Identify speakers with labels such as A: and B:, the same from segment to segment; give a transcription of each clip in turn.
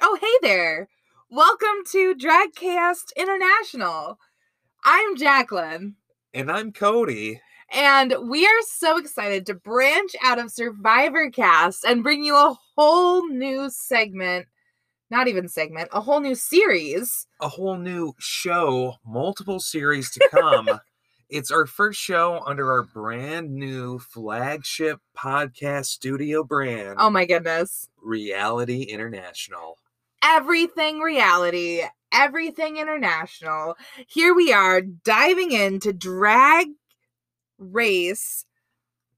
A: Oh, Hey there. Welcome to Dragcast International. I'm Jacqueline,
B: And I'm Cody.
A: and we are so excited to branch out of Survivor Cast and bring you a whole new segment. Not even segment, a whole new series.
B: A whole new show, multiple series to come. it's our first show under our brand new flagship podcast studio brand,
A: Oh my goodness.
B: Reality International.
A: Everything reality, everything international. Here we are diving into drag race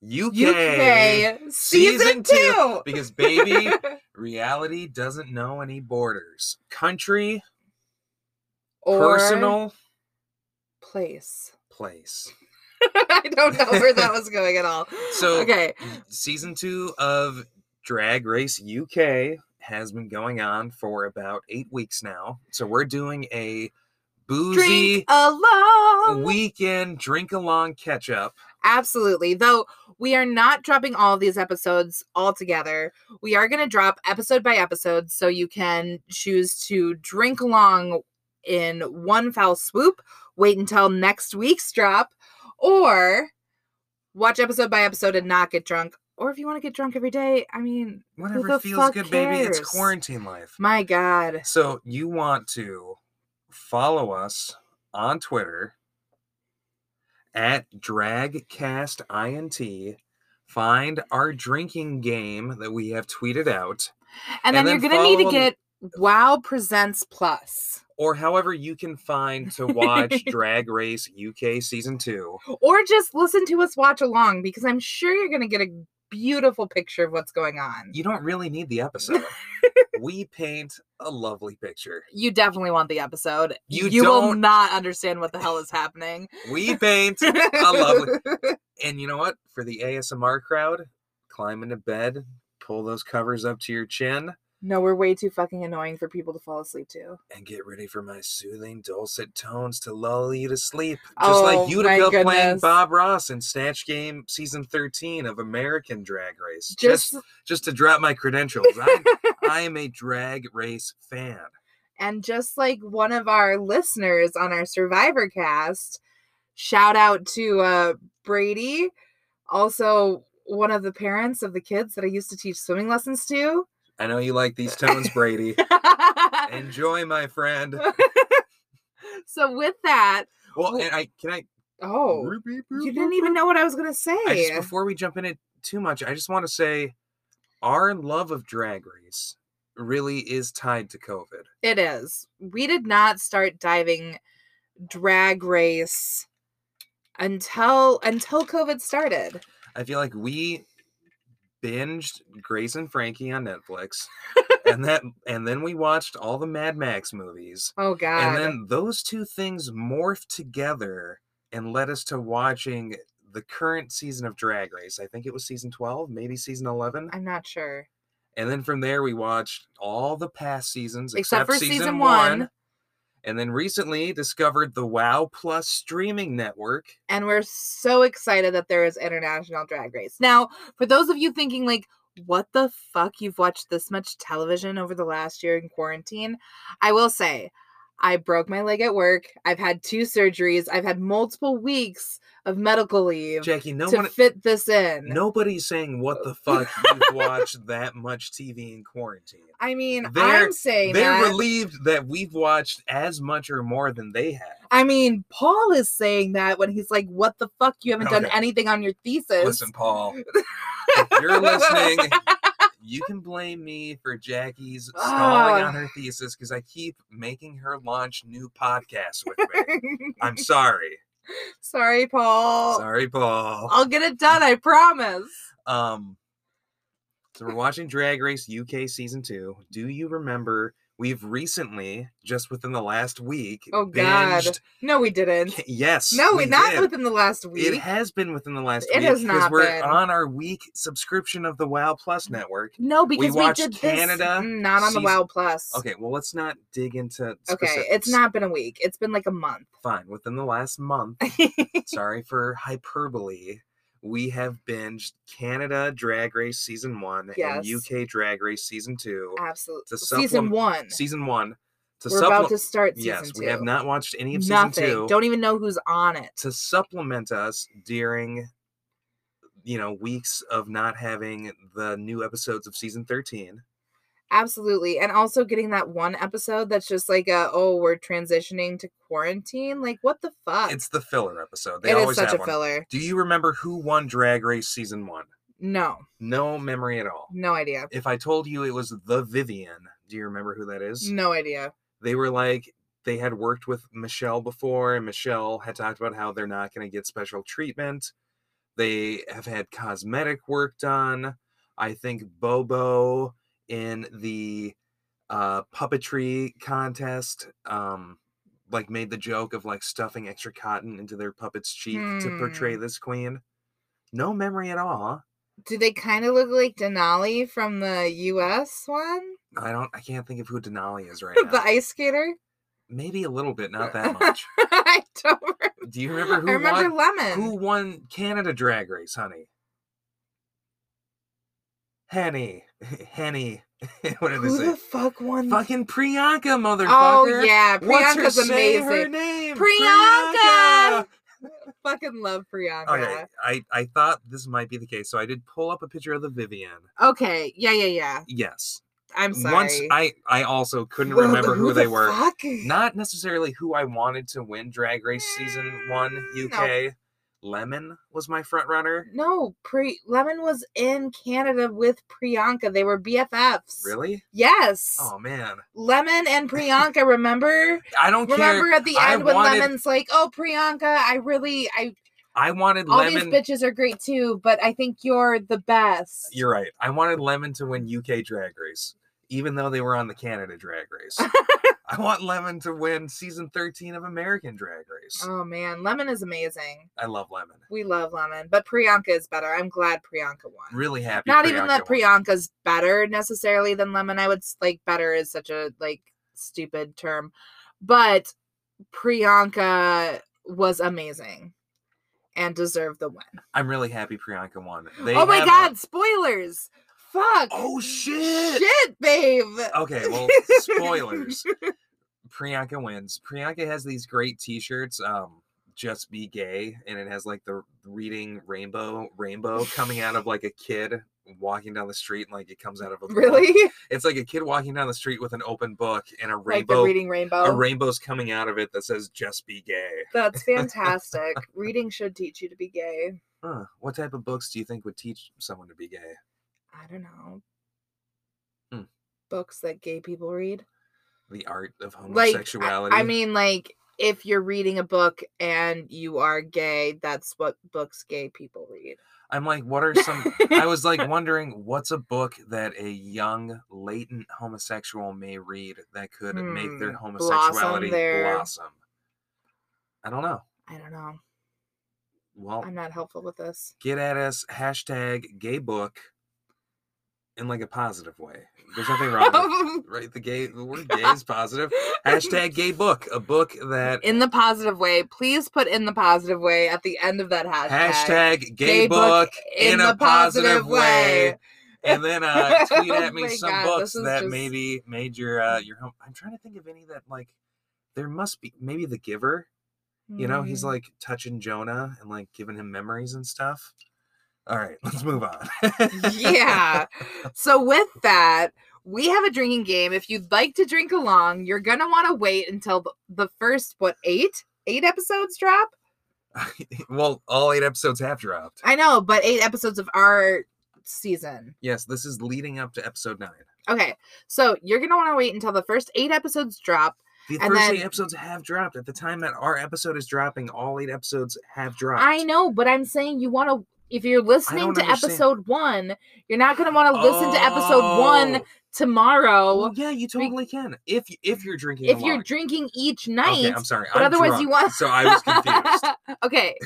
B: UK.
A: UK season,
B: Season
A: two.
B: two. Because, baby, reality doesn't know any borders. Country,
A: Or-
B: personal,
A: place.
B: place.
A: I don't know where that was going at all.
B: So-
A: okay,
B: season two of Drag Race UK has been going on for about eight weeks now. So we're doing a
A: drink
B: boozy
A: along.
B: weekend drink along catch up.
A: Absolutely. Though we are not dropping all of these episodes all together. We are going to drop episode by episode so you can choose to drink along in one foul swoop, wait until next week's drop, or watch episode by episode and not get drunk. Or if you want to get drunk every day, I mean,
B: Whatever
A: the
B: feels
A: fuck
B: good, baby. It's
A: cares?
B: quarantine life.
A: my God.
B: So you want to follow us on Twitter at dragcastint. Find our drinking game that we have tweeted out.
A: And, then,
B: And
A: you're
B: then
A: going to need to
B: follow-
A: get Wow Presents Plus.
B: or however you can find to watch Drag Race UK season two.
A: or just listen to us watch along because I'm sure you're going to get a beautiful picture of what's going on.
B: You don't really need the episode. we paint a lovely picture.
A: You definitely want the episode.
B: You
A: will
B: don't-
A: not understand what the hell is happening.
B: We paint,
A: I
B: lovely- and you know what? For the ASMR crowd, climb into bed, pull those covers up to your chin,
A: No, we're way too fucking annoying for people to fall asleep to.
B: and get ready for my soothing, dulcet tones to lull you to sleep. Just
A: Oh,
B: like
A: my
B: Utica playing
A: goodness.
B: Bob Ross in Snatch Game season 13 of American Drag Race.
A: Just,
B: just to drop my credentials. I, I am a drag race fan.
A: and just like one of our listeners on our Survivor cast, shout out to uh Brady, also one of the parents of the kids that I used to teach swimming lessons to.
B: I know you like these tones, Brady. Enjoy, my friend.
A: so with that,
B: Well,
A: Well-
B: and I can I.
A: oh, you didn't even know what I was gonna say.
B: I just, before we jump in it too much, I just want to say, our love of drag race really is tied to COVID.
A: It is. We did not start diving drag race until until COVID started.
B: I feel like we binged Grace and Frankie on Netflix, and that, and then we watched all the Mad Max movies.
A: Oh God.
B: and then those two things morphed together and led us to watching the current season of Drag Race. I think it was season 12, maybe season 11.
A: I'm not sure.
B: And then from there, we watched all the past seasons
A: Except
B: except,
A: for
B: season,
A: season
B: one.
A: one.
B: And then recently discovered the WoW Plus streaming network.
A: And we're so excited that there is international drag race. Now, for those of you thinking like what the fuck you've watched this much television over the last year in quarantine, I will say I broke my leg at work. I've had two surgeries. I've had multiple weeks of medical leave
B: Jackie, no
A: to
B: one,
A: fit this in.
B: nobody's saying what the fuck you've watched that much TV in quarantine.
A: I mean,
B: They're-
A: I'm saying
B: They're
A: that.
B: relieved that we've watched as much or more than they have.
A: I mean, Paul is saying that when he's like, "What the fuck? You haven't done
B: Okay.
A: anything on your thesis."
B: Listen, Paul, if you're listening, you can blame me for Jackie's stalling
A: Ah.
B: on her thesis because I keep making her launch new podcasts with me. I'm sorry.
A: Sorry, Paul.
B: Sorry, Paul.
A: I'll get it done. I promise.
B: Um, so we're watching Drag Race UK season two. Do you remember? We've recently, just within the last week,
A: Oh, God.
B: binged-
A: No, we didn't.
B: Yes.
A: No, we,
B: we
A: not
B: did.
A: within the last week.
B: It has been within the last
A: It
B: week
A: has
B: because
A: not
B: we're
A: been.
B: on our week subscription of the WoW Plus network.
A: no, because we,
B: watched
A: did this-
B: Canada,
A: mm, not on
B: season-
A: the WoW Plus.
B: Okay, well, let's not dig into.
A: Okay, it's
B: specifics.
A: not been a week. It's been like a month.
B: fine within the last month. sorry for hyperbole. we have binged Canada Drag Race Season 1
A: Yes.
B: and UK Drag Race Season 2.
A: Absolutely.
B: To
A: Season
B: supplem-
A: one.
B: Season 1. To
A: We're about
B: supple-
A: to start season
B: Yes,
A: two.
B: we have not watched any of Season
A: Nothing.
B: 2.
A: Don't even know who's on it.
B: to supplement us during you know weeks of not having the new episodes of season 13
A: Absolutely. And also getting that one episode that's just like a oh, we're transitioning to quarantine. Like what the fuck?
B: it's the filler episode they
A: It
B: always
A: is such
B: have
A: a
B: one.
A: filler.
B: do you remember who won drag race season 1
A: No.
B: no memory at all
A: No idea.
B: if i told you it was the vivian do you remember who that is
A: No idea.
B: they were like they had worked with Michelle before, and Michelle had talked about how they're not going to get special treatment. They have had cosmetic work done. I think Bobo in the uh, puppetry contest, um, like made the joke of like stuffing extra cotton into their puppet's cheek to portray this queen. No memory at all.
A: Do they kind of look like Denali from the US one?
B: I don't. I can't think of who Denali is right
A: the
B: now.
A: ice skater?
B: Maybe a little bit, not that much.
A: I don't remember.
B: Do you remember who
A: I remember
B: won?
A: Lemon.
B: Who won Canada Drag Race, honey? Henny. Henny. what did they
A: Who the
B: say?
A: fuck won? the-
B: Fucking Priyanka, motherfucker.
A: Oh yeah,
B: What's
A: Priyanka's
B: her, say her
A: amazing.
B: name?
A: Priyanka! Fucking love
B: Oh,
A: Priyanka.
B: Okay, I, I thought this might be the case, so I did pull up a picture of the Vivian.
A: Okay. Yeah, yeah, yeah.
B: Yes.
A: I'm sorry.
B: Once I I also couldn't
A: Well,
B: remember
A: but
B: who, they
A: the
B: were.
A: fuck?
B: Not necessarily who I wanted to win Drag Race season one
A: Mm, no.
B: UK. Lemon was my front runner.
A: No, Pri Lemon was in Canada with Priyanka. They were BFFs.
B: Really?
A: Yes.
B: Oh man.
A: Lemon and Priyanka, remember?
B: I don't care.
A: Remember at the
B: I
A: end when
B: wanted-
A: Lemon's like, "Oh, Priyanka, I really I
B: I wanted
A: all
B: Lemon.
A: these bitches are great too, but I think you're the best."
B: You're right. I wanted Lemon to win UK Drag Race, even though they were on the Canada Drag Race. I want Lemon to win season 13 of American Drag Race.
A: Oh man, Lemon is amazing.
B: I love Lemon.
A: We love Lemon, but Priyanka is better. I'm glad Priyanka won.
B: Really happy.
A: Not even that
B: Priyanka won.
A: Priyanka's better necessarily than Lemon. I would s- like better is such a like stupid term, but Priyanka was amazing and deserved the win.
B: I'm really happy Priyanka won. They
A: oh my
B: have a-
A: god, spoilers! Fuck.
B: Oh shit.
A: Shit, babe.
B: Okay, well, spoilers. Priyanka wins. Priyanka has these great T-shirts. Um, just be gay, and it has like the reading rainbow, rainbow coming out of like a kid walking down the street, and like it comes out of a book.
A: really?
B: It's like a kid walking down the street with an open book and a
A: Like the
B: rainbow.
A: reading rainbow.
B: a rainbow's coming out of it that says "Just be gay."
A: That's fantastic. Reading should teach you to be gay.
B: Huh. What type of books do you think would teach someone to be gay?
A: I don't know.
B: Hmm.
A: Books that gay people read.
B: The art of
A: Like I-
B: homosexuality.
A: I, mean like if you're reading a book and you are gay, that's what books gay people read.
B: I'm like, what are some? I was like wondering what's a book that a young latent homosexual may read that could make their
A: Hmm, blossom
B: homosexuality
A: their-
B: blossom. I don't know.
A: I don't know.
B: Well,
A: I'm not helpful with this.
B: get at us hashtag gay book in like a positive way. There's nothing wrong. with right? The gay, the word gay is positive. Hashtag gay book, a book that
A: in the positive way. Please put in the positive way at the end of that hashtag.
B: hashtag gay, book in, a positive, way. And then uh, tweet
A: Oh
B: at me
A: my
B: some
A: God,
B: books
A: this is
B: that
A: just-
B: maybe made your uh, your home. I'm trying to think of any that like there must be maybe The Giver. You know, he's
A: Mm.
B: like touching Jonah and like giving him memories and stuff. All right, let's move on.
A: yeah. So with that, we have a drinking game. If you'd like to drink along, you're gonna want to wait until the, the first what eight eight episodes drop.
B: well, all eight episodes have dropped.
A: I know, but eight episodes of our season.
B: Yes, this is leading up to episode nine.
A: Okay, so you're gonna want to wait until the first eight episodes drop.
B: The
A: And
B: first
A: then-
B: eight episodes have dropped. At the time that our episode is dropping, all eight episodes have dropped.
A: I know, but I'm saying you want to. If you're listening
B: don't
A: to
B: understand.
A: episode one, you're not gonna want to listen to episode one
B: Oh.
A: tomorrow
B: Well, yeah, you totally can. If y- if you're drinking,
A: if you're
B: along.
A: drinking each night.
B: okay, I'm sorry.
A: but
B: I'm
A: otherwise
B: drunk,
A: you want
B: So I was confused.
A: okay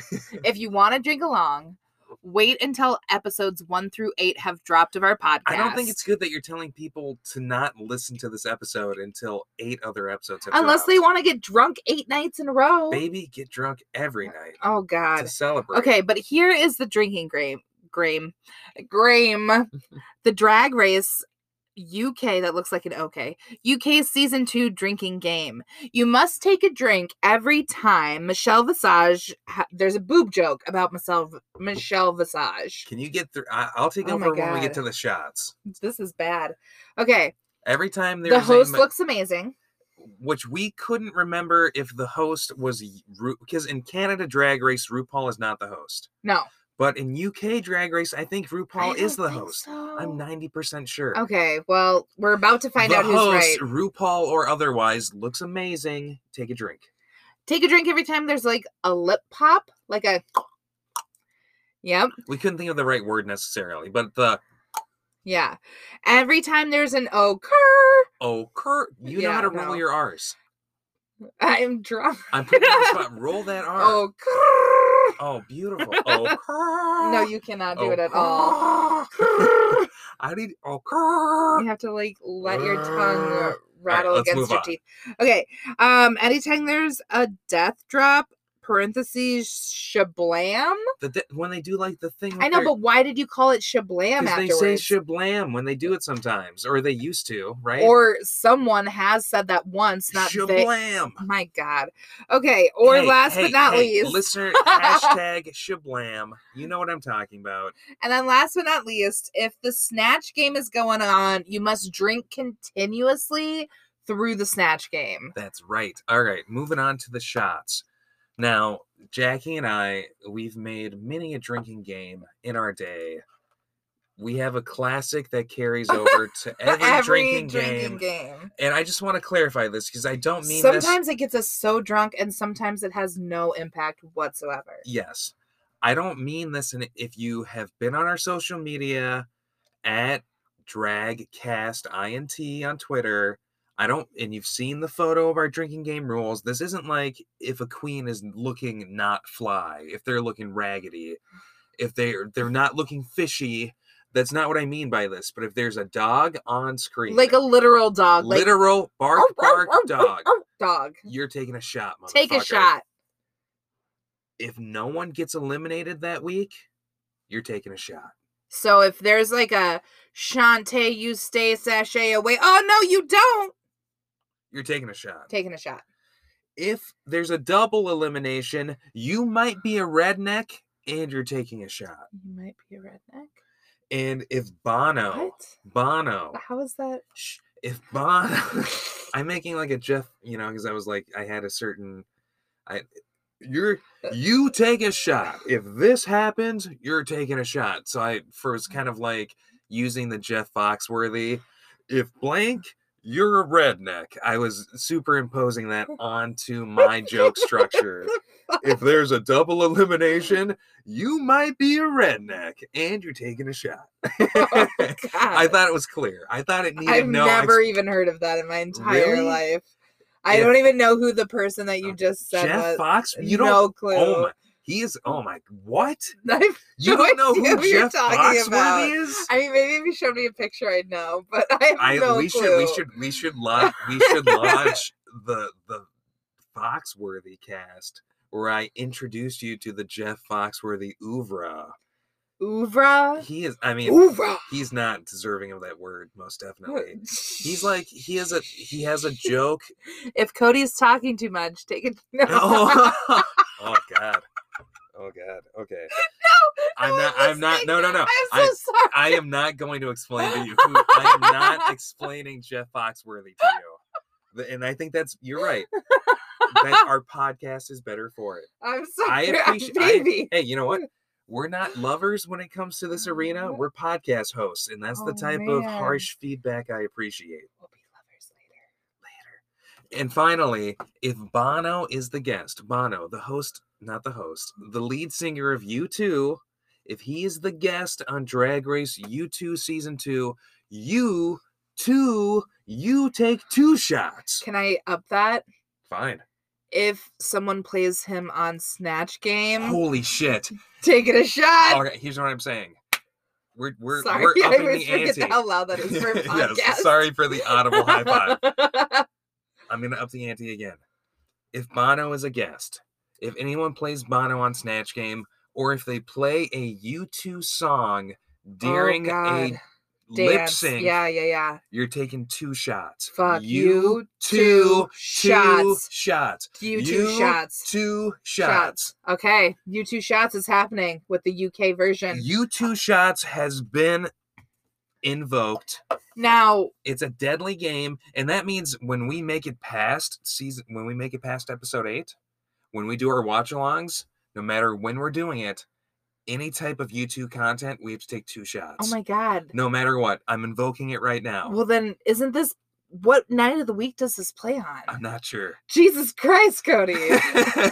A: if you want to drink along Wait until episodes one through eight have dropped of our podcast.
B: I don't think it's good that you're telling people to not listen to this episode until eight other episodes have
A: unless they
B: dropped.
A: want to get drunk eight nights in a row.
B: Baby, get drunk every night
A: Oh God.
B: to celebrate.
A: Okay, but here is the drinking game. Graham, Graham, the drag race UK that looks like an OK UK season two drinking game. You must take a drink every time Michelle Visage. Ha- there's a boob joke about Michelle Michelle Visage.
B: Can you get through? I- I'll take
A: Oh my
B: over when we get
A: God.
B: to the shots.
A: This is bad. Okay,
B: Every time there's
A: the host
B: a, ma-
A: looks amazing.
B: which we couldn't remember if the host was because in Canada Drag Race RuPaul is not the host,
A: No,
B: but in UK Drag Race I think
A: I
B: RuPaul is
A: don't
B: the
A: think
B: host.
A: so.
B: I'm ninety percent sure.
A: Okay, well, we're about to find
B: the
A: out who's right.
B: host, RuPaul or otherwise, looks amazing. Take a drink.
A: Take a drink every time there's like a lip pop, like a. Yep.
B: We couldn't think of the right word necessarily, but the
A: Yeah. Every time there's an occur,
B: oh, Kurt, you know
A: Yeah,
B: how to roll
A: no.
B: your R's.
A: I'm drunk.
B: I'm putting you on the spot. Roll that R. Oh,
A: Occur.
B: beautiful. Oh, Kurt.
A: No, you cannot do
B: Oh,
A: it at all.
B: Kurt. I need oh, Kurt.
A: You have to like let your tongue
B: Grrr.
A: rattle
B: Uh, let's
A: against
B: move
A: your
B: on.
A: teeth. Okay. Um, anytime there's a death drop, parentheses shablam.
B: The, de- when they do like the thing, with
A: I know,
B: their-
A: but why did you call it shablam
B: 'Cause
A: afterwards?
B: They say shablam when they do it sometimes, or they used to, right?
A: or someone has said that once, not they.
B: shablam.
A: My God. Okay. Or
B: Hey,
A: last
B: hey,
A: but not
B: hey,
A: least.
B: listener hashtag shablam. You know what I'm talking about.
A: And then last but not least, if the snatch game is going on, you must drink continuously through the snatch game.
B: That's right. All right, moving on to the shots. Now, Jackie and I, we've made many a drinking game in our day. We have a classic that carries over to every, drinking, game.
A: game.
B: And I just want to clarify this because I don't mean this
A: Sometimes it gets us so drunk, and sometimes it has no impact whatsoever.
B: Yes. I don't mean this and if you have been on our social media at dragcastint on Twitter, I don't and you've seen the photo of our drinking game rules. This isn't like if a queen is looking not fly, if they're looking raggedy, if they're they're not looking fishy. That's not what I mean by this, but if there's a dog on screen,
A: Like a literal dog. Like, Oh,
B: literal
A: "Arf,
B: bark
A: arf, arf,
B: bark
A: arf,
B: dog,
A: arf," dog.
B: you're taking a shot, motherfucker
A: oh. Take a shot.
B: if no one gets eliminated that week, you're taking a shot.
A: So if there's like a Shantae, you stay sachet away. Oh, no, you don't.
B: You're taking a shot.
A: Taking a shot.
B: If there's a double elimination, you might be a redneck and you're taking a shot.
A: You might be a redneck.
B: And if Bono,
A: What?
B: Bono,
A: How is that?
B: shh, if Bono, I'm making like a Jeff, you know, because I was like, I had a certain, I, you're,
A: Uh,
B: you take a shot. If this happens, you're taking a shot. So I first kind of like using the Jeff Foxworthy, if blank, you're a redneck. I was superimposing that onto my joke structure. If there's a double elimination, you might be a redneck and you're taking a shot.
A: Oh,
B: I
A: God.
B: thought it was clear. I thought it needed
A: I've
B: no ex-
A: never even heard of that in my entire
B: Really?
A: life. I
B: If-
A: don't even know who the person that you
B: Okay,
A: just said
B: Jeff
A: was.
B: Fox. You don't.
A: no clue.
B: Oh my. He is. Oh my. What?
A: I've-
B: You
A: no
B: don't know
A: idea
B: who
A: who you're
B: Jeff
A: talking
B: Foxworthy
A: about.
B: is?
A: I mean, maybe if you showed me a picture, I'd know. But I have
B: I
A: no
B: we
A: clue.
B: should we should we should launch we should launch the the Foxworthy cast where I introduced you to the Jeff Foxworthy oeuvre.
A: Ouvra.
B: He is I mean
A: Ouvra.
B: he's not deserving of that word most definitely. He's like he is a he has a joke.
A: If Cody's talking too much, take it. No.
B: oh, oh god. Oh god. Okay. I'm not I'm not no no no.
A: I'm
B: I-
A: so sorry.
B: I am not going to explain to you. Who, I am not explaining Jeff Foxworthy to you. The- And I think that's you're right. That our podcast is better for it.
A: I'm sorry.
B: I appreciate.
A: Baby.
B: Hey, you know what? We're not lovers when it comes to this arena. We're podcast hosts, and that's the
A: Mm. Oh,
B: type of
A: man.
B: harsh feedback I appreciate.
A: We'll be lovers later.
B: And finally, if Bono is the guest, Bono, the host, not the host, the lead singer of U2, if he is the guest on Drag Race U2 season two, you two, you take two shots.
A: Can I up that?
B: Fine.
A: if someone plays him on Snatch Game,
B: Holy shit.
A: taking a shot.
B: Okay, here's what I'm saying. We're we're,
A: Sorry,
B: we're
A: I
B: upping
A: always
B: the
A: forget
B: ante.
A: how loud that is for a podcast.
B: yes, sorry for the audible high five. I'm gonna up the ante again. If Bono is a guest, if anyone plays Bono on Snatch Game, or if they play a U2 song during
A: Oh, God.
B: a lip
A: Dance.
B: sync,
A: Yeah, yeah, yeah.
B: you're taking two shots.
A: Fuck
B: you,
A: you.
B: two,
A: Two
B: two
A: shots.
B: shots,
A: You two
B: You
A: shots.
B: two shots.
A: Shots. Okay. You two shots is happening with the UK version.
B: You two shots has been invoked
A: now, oh
B: it's a deadly game and that means when we make it past season when we make it past episode 8 when we do our watch alongs no matter when we're doing it any type of youtube content we have to take two shots
A: oh my God.
B: no matter what i'm invoking it right now
A: Well, then, isn't this what night of the week does this play on?
B: i'm not sure
A: Jesus Christ, Cody. All
B: it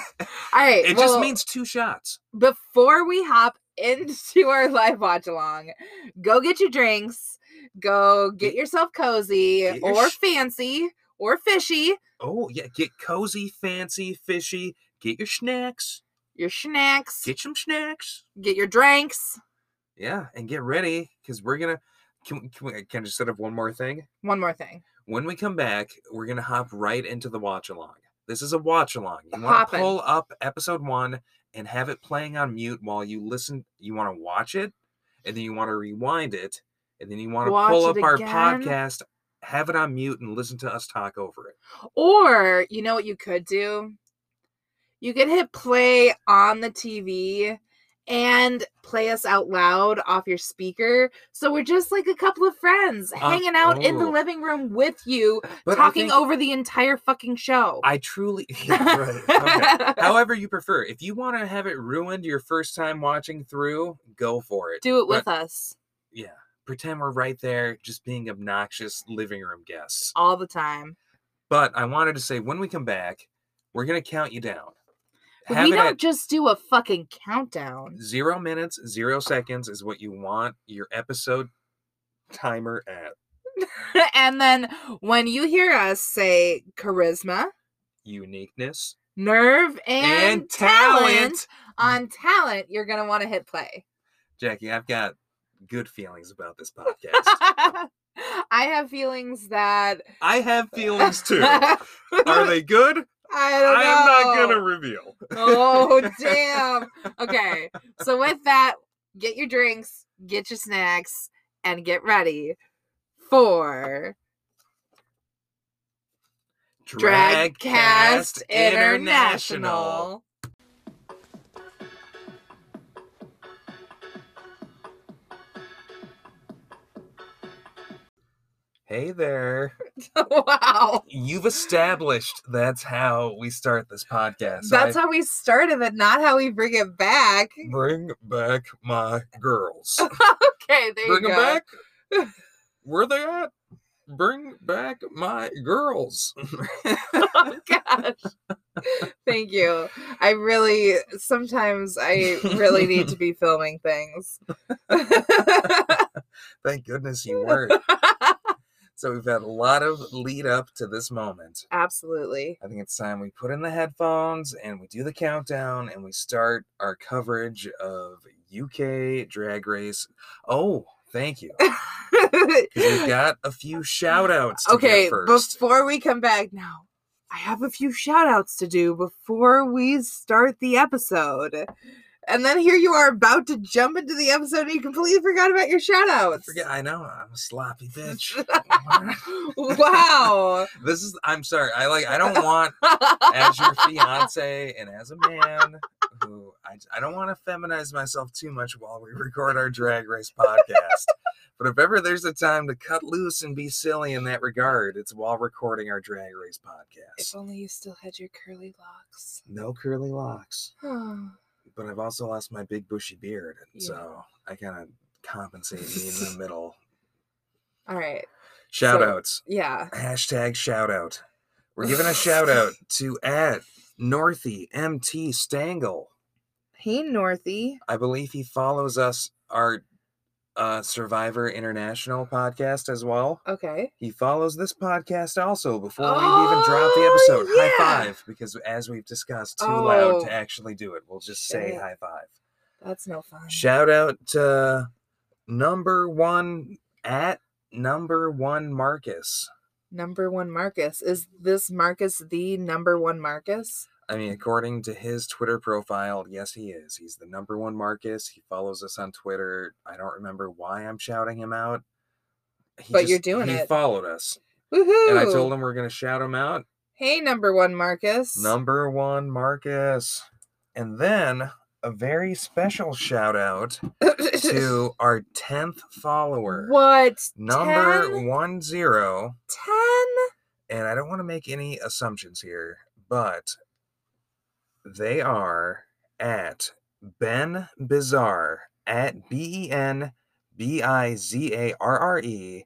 A: right.
B: just
A: well,
B: means two shots
A: before we hop into our live watch along, go get your drinks, go get
B: Get-
A: yourself cozy
B: get your
A: or
B: sh-
A: fancy or fishy,
B: oh yeah get cozy fancy fishy get your snacks
A: your snacks, get,
B: get some snacks
A: your drinks.
B: yeah and get ready because we're gonna can, we- can, we, can i just set up one more thing
A: One more thing.
B: when we come back, we're gonna hop right into the watch along. This is a watch along. You want to
A: Hoppin'.
B: pull up episode one and have it playing on mute while you listen. You want to watch it, and then you want to rewind it, and then you want to
A: Watch
B: pull up
A: it
B: our
A: again.
B: podcast, have it on mute, and listen to us talk over it.
A: Or you know what you could do? You could hit play on the TV and play us out loud off your speaker. So we're just like a couple of friends hanging out in the
B: oh.
A: living room with you,
B: But I
A: talking
B: think-
A: over the entire fucking show.
B: I truly. Yeah, right. okay. However, you prefer. If you want to have it ruined your first time watching through, go for it.
A: Do it
B: But-
A: with us
B: yeah. Pretend we're right there, just being obnoxious living room guests.
A: all the time.
B: But I wanted to say when we come back, we're gonna count you down.
A: But
B: Have
A: we
B: it
A: don't
B: at
A: just do a fucking countdown.
B: zero minutes, zero seconds is what you want your episode timer at.
A: and then when you hear us say charisma,
B: Uniqueness
A: nerve, and, talent, on talent, you're going to want to hit play.
B: Jackie, I've got good feelings about this podcast.
A: I have feelings that
B: I have feelings too.
A: I
B: Are they good?
A: don't know.
B: I am not gonna reveal.
A: oh damn. Okay. So with that, get your drinks, get your snacks, and get ready for Dragcast International.
B: Hey there.
A: wow.
B: You've established that's how we start this podcast.
A: That's
B: I
A: how we started it, not how we bring it back.
B: bring back my girls.
A: Okay, there
B: bring
A: you
B: them
A: go.
B: back. Where they at? Bring back my girls.
A: oh gosh. Thank you. I really sometimes I really need to be filming things.
B: Thank goodness you weren't. so we've had a lot of lead up to this moment.
A: Absolutely.
B: I think it's time we put in the headphones and we do the countdown and we start our coverage of UK Drag Race. Oh, thank you. 'Cause We've got a few shout outs.
A: okay,
B: first.
A: before we come back now, I have a few shout outs to do before we start the episode. And then here you are about to jump into the episode and you completely forgot about your shout
B: I
A: outs.
B: forget. I know. I'm a sloppy bitch.
A: wow.
B: this is. I'm sorry. I like. I don't want as your fiance and as a man who I, I don't want to feminize myself too much while we record our drag race podcast. but if ever there's a time to cut loose and be silly in that regard, it's while recording our drag race
A: If
B: podcast.
A: only you still had your curly locks.
B: No curly locks,
A: oh
B: but I've also lost my big bushy beard, and
A: Yeah.
B: so I kind of compensate me in the middle.
A: All right.
B: Shout
A: So-
B: outs.
A: Yeah.
B: hashtag shout out. We're giving a shout out to at Northy MT Stangle.
A: Hey, Northy.
B: I believe he follows us our uh, Survivor International podcast as well.
A: Okay.
B: He follows this podcast also before we even drop the
A: Oh,
B: episode.
A: yeah.
B: High five, because as we've discussed, too loud
A: Oh.
B: to actually do it. We'll just say
A: Shit.
B: high five.
A: That's no fun.
B: Shout out to number one at number one Marcus.
A: Number one Marcus. Is this Marcus the number one Marcus?
B: I mean, according to his Twitter profile, yes, he is. He's the number one Marcus. He follows us on Twitter. I don't remember why I'm shouting him out. He
A: But you're doing
B: he
A: it.
B: followed us.
A: Woohoo!
B: And I told him we're going to shout him out.
A: Hey, number one Marcus.
B: Number one, Marcus. And then a very special shout out to our 10th follower.
A: what?
B: Number
A: 10?
B: one zero.
A: Ten?
B: And I don't want to make any assumptions here, but they are at Ben Bizarre at B E N B I Z A R R E.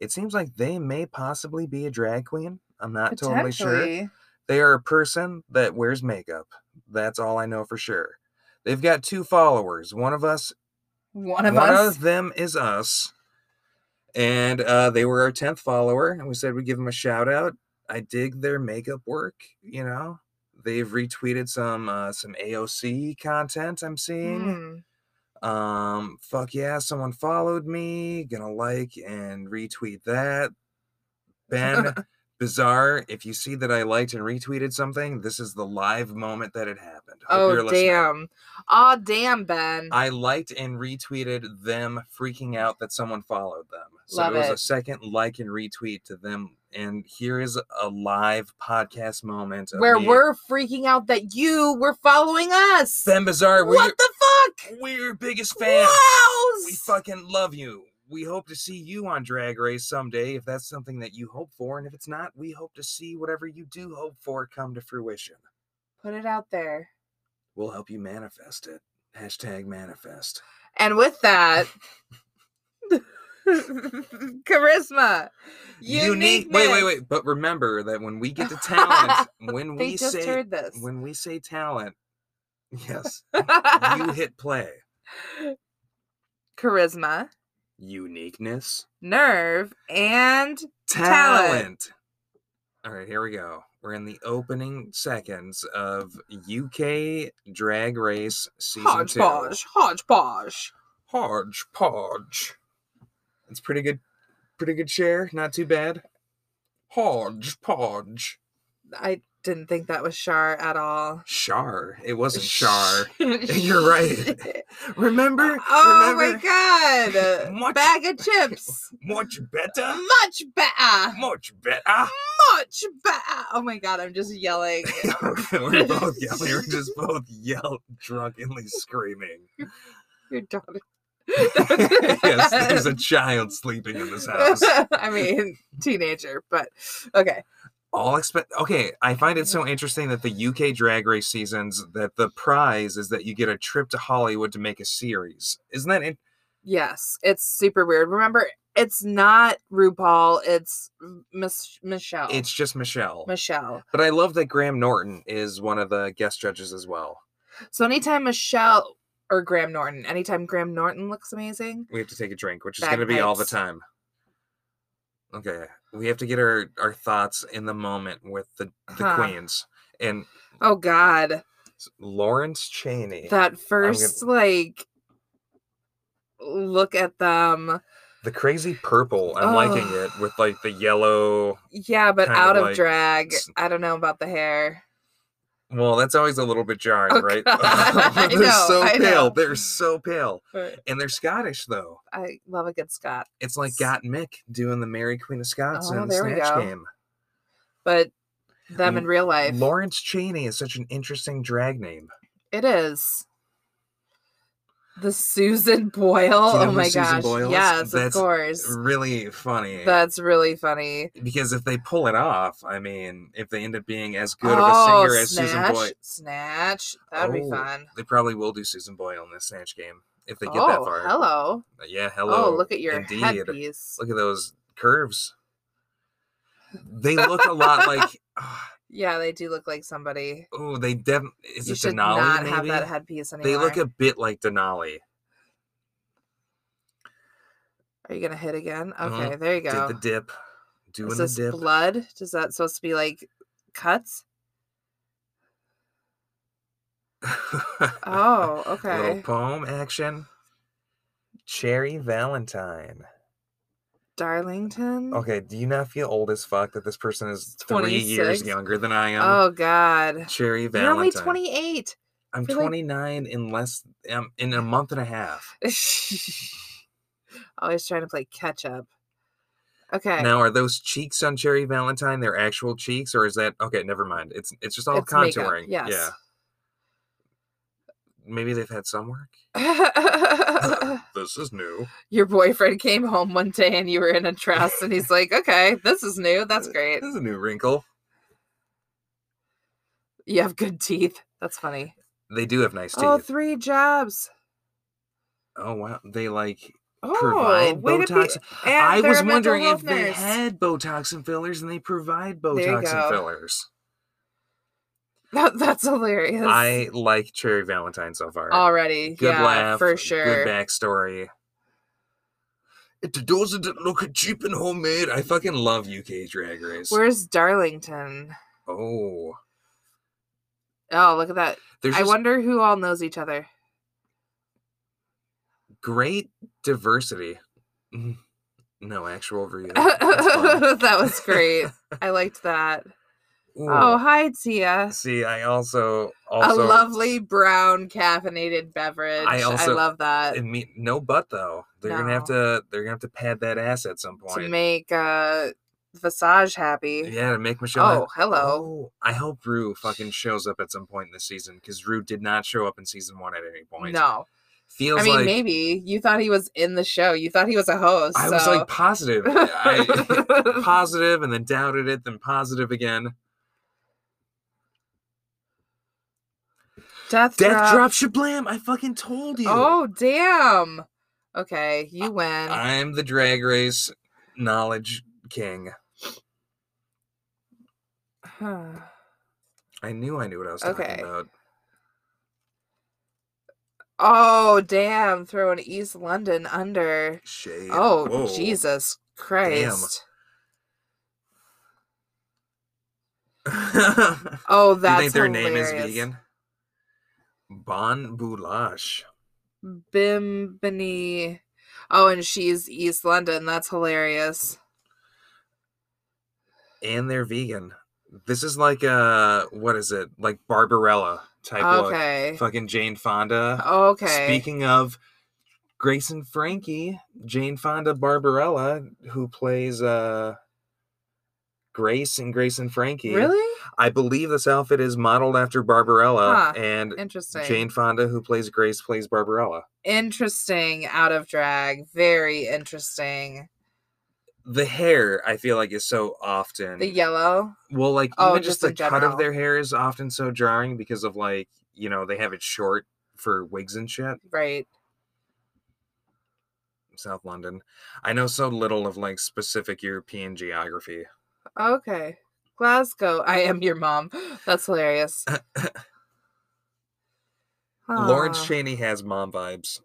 B: It seems like they may possibly be a drag queen. I'm not totally sure.
A: Potentially.
B: They are a person that wears makeup. That's all I know for sure. They've got two followers. One of us,
A: One of
B: one
A: us.
B: of them is us. And uh, they were our 10th follower, and we said we'd give them a shout out. I dig their makeup work, you know. They've retweeted some uh, some AOC content I'm seeing.
A: Mm.
B: Um, fuck yeah, someone followed me. Gonna like and retweet that. Ben Bizarre, if you see that I liked and retweeted something, this is the live moment that it happened. Hope you're
A: Oh
B: listening.
A: damn. Oh damn, Ben.
B: I liked and retweeted them freaking out that someone followed them. So
A: Love
B: it was a
A: it.
B: second like and retweet to them. And here is a live podcast moment of
A: Where
B: me-
A: we're freaking out that you were following us.
B: Ben Bizarre, we're,
A: what the fuck?
B: we're your biggest fan.
A: Wow.
B: We fucking love you. We hope to see you on Drag Race someday if that's something that you hope for. And if it's not, we hope to see whatever you do hope for come to fruition.
A: Put it out there.
B: We'll help you manifest it. Hashtag manifest.
A: And with that, charisma,
B: Wait, wait,
A: uniqueness.
B: wait. But remember that when we get to talent, when
A: They
B: we
A: just
B: say
A: heard this.
B: when we say talent, yes, you hit play.
A: charisma,
B: Uniqueness,
A: nerve, and Talent.
B: talent. All right, here we go. We're in the opening seconds of UK Drag Race season two.
A: hodgepodge. Hodgepodge.
B: Hodgepodge. It's pretty good. Pretty good share. Not too bad. Hodgepodge.
A: I didn't think that was Char at all.
B: Shar. It wasn't Shar. You're right. Remember?
A: Oh
B: Remember?
A: my god!
B: Much-
A: Bag of chips.
B: Much better.
A: Much better.
B: Much
A: Ah.
B: better.
A: Much better. Oh my god! I'm just yelling.
B: we're both yelling. We're just both yell drunkenly screaming.
A: Your daughter.
B: yes, there's a child sleeping in this house.
A: I mean, teenager, but okay.
B: All expect. Okay, I find it so interesting that the UK Drag Race seasons that the prize is that you get a trip to Hollywood to make a series. Isn't that in-
A: Yes, it's super weird. Remember, it's not RuPaul, it's M- Mich- Michelle.
B: it's just Michelle?
A: Michelle.
B: But I love that Graham Norton is one of the guest judges as well.
A: So anytime Michelle or Graham Norton, anytime Graham Norton looks amazing,
B: We have to take a drink, which is going to be all the
A: Bagpipes.
B: time. Okay, we have to get our our thoughts in the moment with the the
A: Huh.
B: queens and
A: oh god,
B: s- Lawrence Cheney,
A: that 1st like look at them.
B: the crazy purple. I'm liking
A: Ugh.
B: it with like the yellow.
A: Yeah, but
B: Kind of
A: out of
B: like
A: drag.
B: s-
A: I don't know about the hair.
B: Well, that's always a little bit jarring,
A: Oh,
B: right?
A: God, I
B: they're
A: know,
B: so
A: I
B: pale.
A: know.
B: They're so pale,
A: But
B: and they're Scottish though.
A: I love a good Scott.
B: It's like
A: S-
B: Got Mick doing the Mary Queen of Scots
A: Oh,
B: in the
A: there we
B: Snatch
A: go.
B: Game.
A: But them in
B: L-
A: real life.
B: Lawrence Cheney is such an interesting drag name.
A: It is. The Susan Boyle.
B: Do you know
A: oh
B: who
A: my
B: Susan
A: gosh.
B: Boyle is?
A: Yes,
B: That's
A: of course.
B: Really funny.
A: That's really funny.
B: because if they pull it off, I mean, if they end up being as good
A: oh,
B: of a singer as
A: snatch,
B: Susan Boyle,
A: Snatch. That'd be
B: Oh,
A: fun.
B: they probably will do Susan Boyle in this snatch game if they get
A: oh,
B: that far.
A: hello.
B: But Yeah, hello.
A: Oh, look at your
B: Indeed.
A: headpiece.
B: Look at those curves. They look a lot like.
A: Yeah, they do look like somebody.
B: Oh, they definitely. Is
A: you
B: it
A: should
B: Denali?
A: not
B: maybe
A: have that headpiece anymore.
B: they look a bit like Denali.
A: Are you gonna hit again?
B: Mhm.
A: Okay, there you go.
B: Did the dip. Doing
A: Is
B: the
A: this
B: dip.
A: blood? Does that supposed to be like cuts? Oh,
B: A little
A: okay.
B: poem action. Cherry Valentine.
A: Darlington.
B: Okay, do you not feel old as fuck that this person is three years
A: 26?
B: younger than I am?
A: Oh God.
B: Cherry
A: You're
B: Valentine.
A: only 28.
B: I'm
A: you're like-
B: 29 in less um, in a month and a half.
A: Always trying to play catch up. Okay.
B: Now, are those cheeks on Cherry Valentine their actual cheeks, or is that okay? Never mind. It's it's just all
A: It's makeup,
B: contouring.
A: yes.
B: Yeah. Maybe they've had some work. this is new.
A: Your boyfriend came home one day and you were in a dress, and he's like, "Okay, this is new. That's great.
B: This is a new wrinkle.
A: You have good teeth. That's funny.
B: They do have nice teeth.
A: Oh,
B: Oh,
A: three jobs.
B: wow. They like
A: Oh,
B: provide
A: way to be-
B: Botox.
A: and
B: I
A: they're
B: was
A: a mental
B: wondering
A: health
B: if they
A: nurse.
B: had Botox and fillers, and they provide
A: you
B: Botox and
A: go.
B: fillers.
A: That, that's hilarious.
B: I like Cherry Valentine so far.
A: already,
B: good
A: Oh, yeah,
B: laugh,
A: for sure.
B: Good backstory. To those that didn't look at cheap and homemade, I fucking love UK Drag Race.
A: Where's Darlington?
B: oh,
A: Oh, look at that.
B: there's
A: I
B: just
A: wonder who all knows each other.
B: great diversity. Mhm. No actual real.
A: that was great. I liked that. Oh, hi, Tia.
B: see, I also also
A: a lovely brown caffeinated beverage. I,
B: also-
A: love that.
B: and me, no but though. They're gonna have to they're gonna have to pad that ass at some
A: to
B: point.
A: make uh Visage happy.
B: Yeah, to make Michelle.
A: oh,
B: happy.
A: hello.
B: Oh, I hope Rue fucking shows up at some point this season because Rue did not show up in season one at any point.
A: no.
B: feels
A: I mean,
B: like
A: maybe you thought he was in the show. You thought he was a host.
B: I was
A: so-
B: like positive, I, positive, and then doubted it, then positive again.
A: Death,
B: Death
A: drop.
B: drop shablam! I fucking told you.
A: Oh, damn. Okay, you win.
B: I'm the drag race knowledge king.
A: Huh.
B: I knew I knew what I was
A: Okay.
B: talking about.
A: oh, damn. Throwing East London under.
B: Shade.
A: Oh,
B: Whoa.
A: Jesus Christ. Oh,
B: Do you
A: that's
B: think their
A: hilarious.
B: name is vegan? Bon Boulash.
A: Bimbini. Oh, and she's East London. That's hilarious.
B: and they're vegan. This is like uh what is it? Like Barbarella type look.
A: Oh, Okay.
B: Fucking Jane Fonda.
A: Okay.
B: Speaking of Grace and Frankie, Jane Fonda Barbarella, who plays uh Grace and Grace and Frankie.
A: really?
B: I believe this outfit is modeled after Barbarella
A: Huh,
B: and
A: Interesting.
B: Jane Fonda, who plays Grace, plays Barbarella.
A: Interesting out of drag. Very interesting.
B: The hair, I feel like, is so often
A: The yellow.
B: Well, like
A: Oh,
B: even
A: just
B: just, the
A: in
B: cut of
A: general.
B: their hair is often so jarring because of like you know they have it short for wigs and shit.
A: Right.
B: South London, I know so little of like specific European geography.
A: Okay. Glasgow. I am your mom. That's hilarious.
B: Lawrence
A: Huh.
B: Cheney has mom vibes.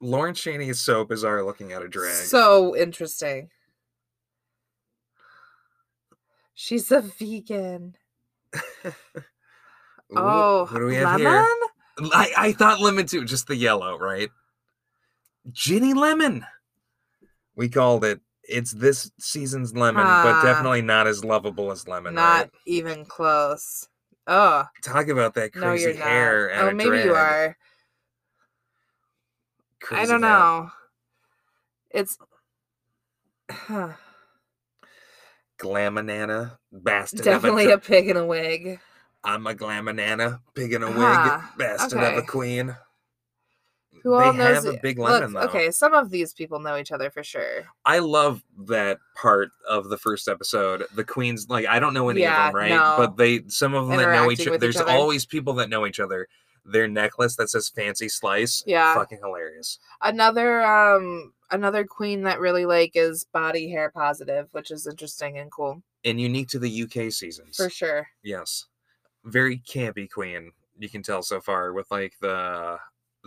B: Lawrence Cheney is so bizarre looking at a drag.
A: So interesting. She's a vegan.
B: Ooh,
A: Oh,
B: what do we have
A: lemon?
B: here? I, I thought lemon too, just the yellow, right? Ginny Lemon. We called it. It's this season's lemon, but
A: Huh.
B: definitely not as lovable as lemon.
A: Not
B: right?
A: even close. Oh,
B: talk about that
A: no,
B: crazy
A: you're
B: hair.
A: not.
B: at
A: Oh,
B: a
A: maybe you
B: drag.
A: are. I
B: Crazy
A: don't
B: hair.
A: know. It's. Huh.
B: Glamanana, bastard
A: Definitely
B: of
A: a
B: a.
A: pig in a wig.
B: i I'm a glamanana, pig in a wig,
A: Huh,
B: bastard of a
A: okay.
B: queen.
A: Who
B: they
A: all knows?
B: have a
A: it-
B: big
A: look,
B: lemon though.
A: Okay, some of these people know each other for sure.
B: I love that part of the first episode. The queens, like I don't know any
A: Yeah,
B: of them, right?
A: no.
B: But they, some of them that know each
A: Interacting
B: other.
A: with each
B: There's
A: other.
B: always people that know each other. Their necklace that says "Fancy Slice,"
A: Yeah.
B: fucking hilarious.
A: Another um another queen that really like is body hair positive, which is interesting and cool
B: And unique to the UK seasons.
A: for sure.
B: Yes. Very campy queen, you can tell so far with like the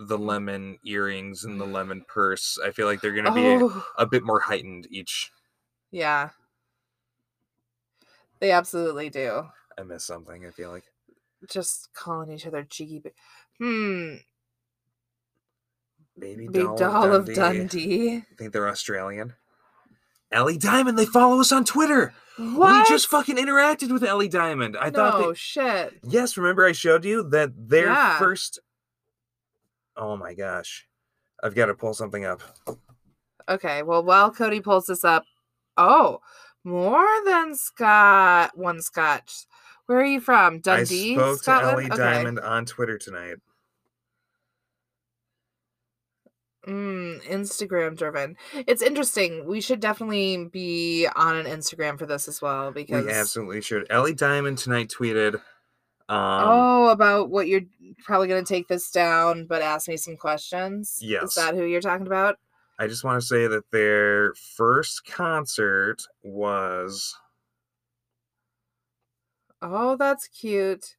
B: the lemon earrings and the lemon purse. I feel like they're going to be a,
A: Oh,
B: a bit more heightened each.
A: yeah. They absolutely do.
B: I missed something. I feel like
A: Just calling each other cheeky. ba- Hmm.
B: baby
A: Big doll, of Dundee.
B: I think they're Australian. Ellie Diamond. They follow us on Twitter.
A: What?
B: We just fucking interacted with Ellie Diamond. I thought.
A: no
B: They,
A: shit.
B: yes, remember I showed you that their
A: Yeah.
B: first. Oh my gosh, I've got to pull something up.
A: Okay. Well, while Cody pulls this up, oh, more than Scott. One Scotch. Where are you from? Dundee,
B: I spoke
A: Scotland.
B: to Ellie Diamond on Twitter tonight.
A: Mm, Instagram driven. It's interesting. We should definitely be on an Instagram for this as well because
B: We absolutely should. Ellie Diamond tonight tweeted. Um,
A: oh, about what you're probably gonna take this down, but ask me some questions.
B: Yes.
A: is that who you're talking about?
B: I just want to say that their first concert was
A: Oh, that's cute.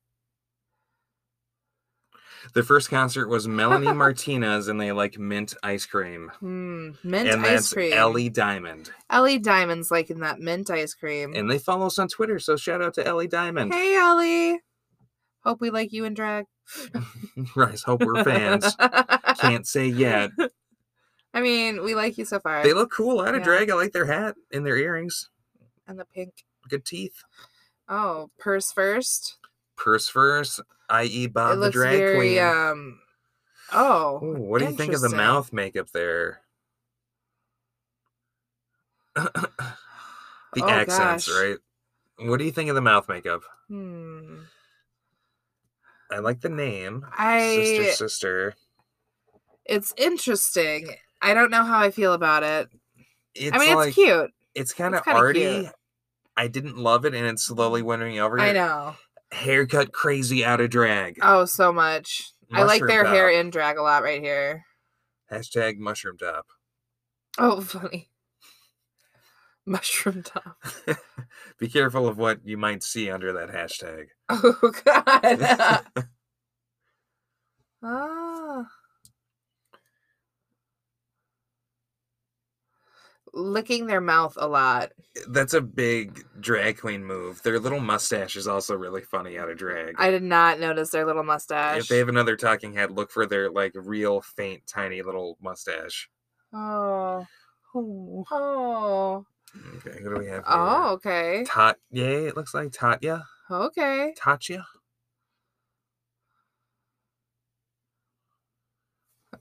B: their first concert was Melanie Martinez and they like mint ice cream.
A: Hmm, mint
B: and
A: ice
B: that's
A: cream.
B: Ellie Diamond.
A: Ellie Diamond's liking that mint ice cream.
B: And they follow us on Twitter, so shout out to Ellie Diamond.
A: hey, Ellie. Hope we like you in drag.
B: Rice, hope we're fans. Can't say yet.
A: I mean, we like you so far.
B: They look cool out of
A: Yeah.
B: drag. I like their hat and their earrings.
A: and the pink.
B: Good teeth.
A: Oh, purse first.
B: Purse first, i.e.
A: it
B: Bob Uh, the
A: looks
B: drag
A: very
B: queen.
A: um oh
B: Ooh, what do you think of the
A: interesting.
B: mouth makeup there? the
A: Oh,
B: accents,
A: gosh.
B: right? What do you think of the mouth makeup?
A: hmm.
B: I like the name.
A: i
B: Sister, sister.
A: it's interesting i don't know how i feel about it
B: It's
A: i mean
B: like,
A: it's cute
B: It's kind of
A: kinda
B: arty.
A: cute. Mm-hmm.
B: I didn't love it, and it's slowly winning over.
A: i
B: here.
A: know
B: Haircut crazy out of drag.
A: oh so much i like their
B: Mushroom
A: hair
B: top.
A: in drag a lot right here
B: Hashtag mushroom top.
A: oh funny mushroom top
B: Be careful of what you might see under that hashtag.
A: oh god ah. licking their mouth a lot
B: That's a big drag queen move. Their little mustache is also really funny out of drag.
A: i did not notice their little mustache
B: If they have another talking head, look for their like real faint, tiny little mustache.
A: Oh. Oh. Oh.
B: Okay, who do we have? Here?
A: Oh, okay.
B: Tat. Yay! It looks like Tatya.
A: Okay.
B: Tatya.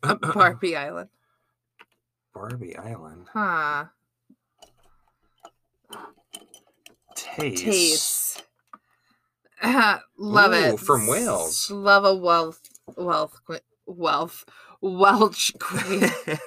A: Uh, Barbie Island.
B: Barbie Island.
A: Huh.
B: Taste.
A: Taste. Uh, Love
B: Ooh,
A: it.
B: from
A: S-
B: Wales.
A: Love a wealth, wealth, que- wealth, Welch queen.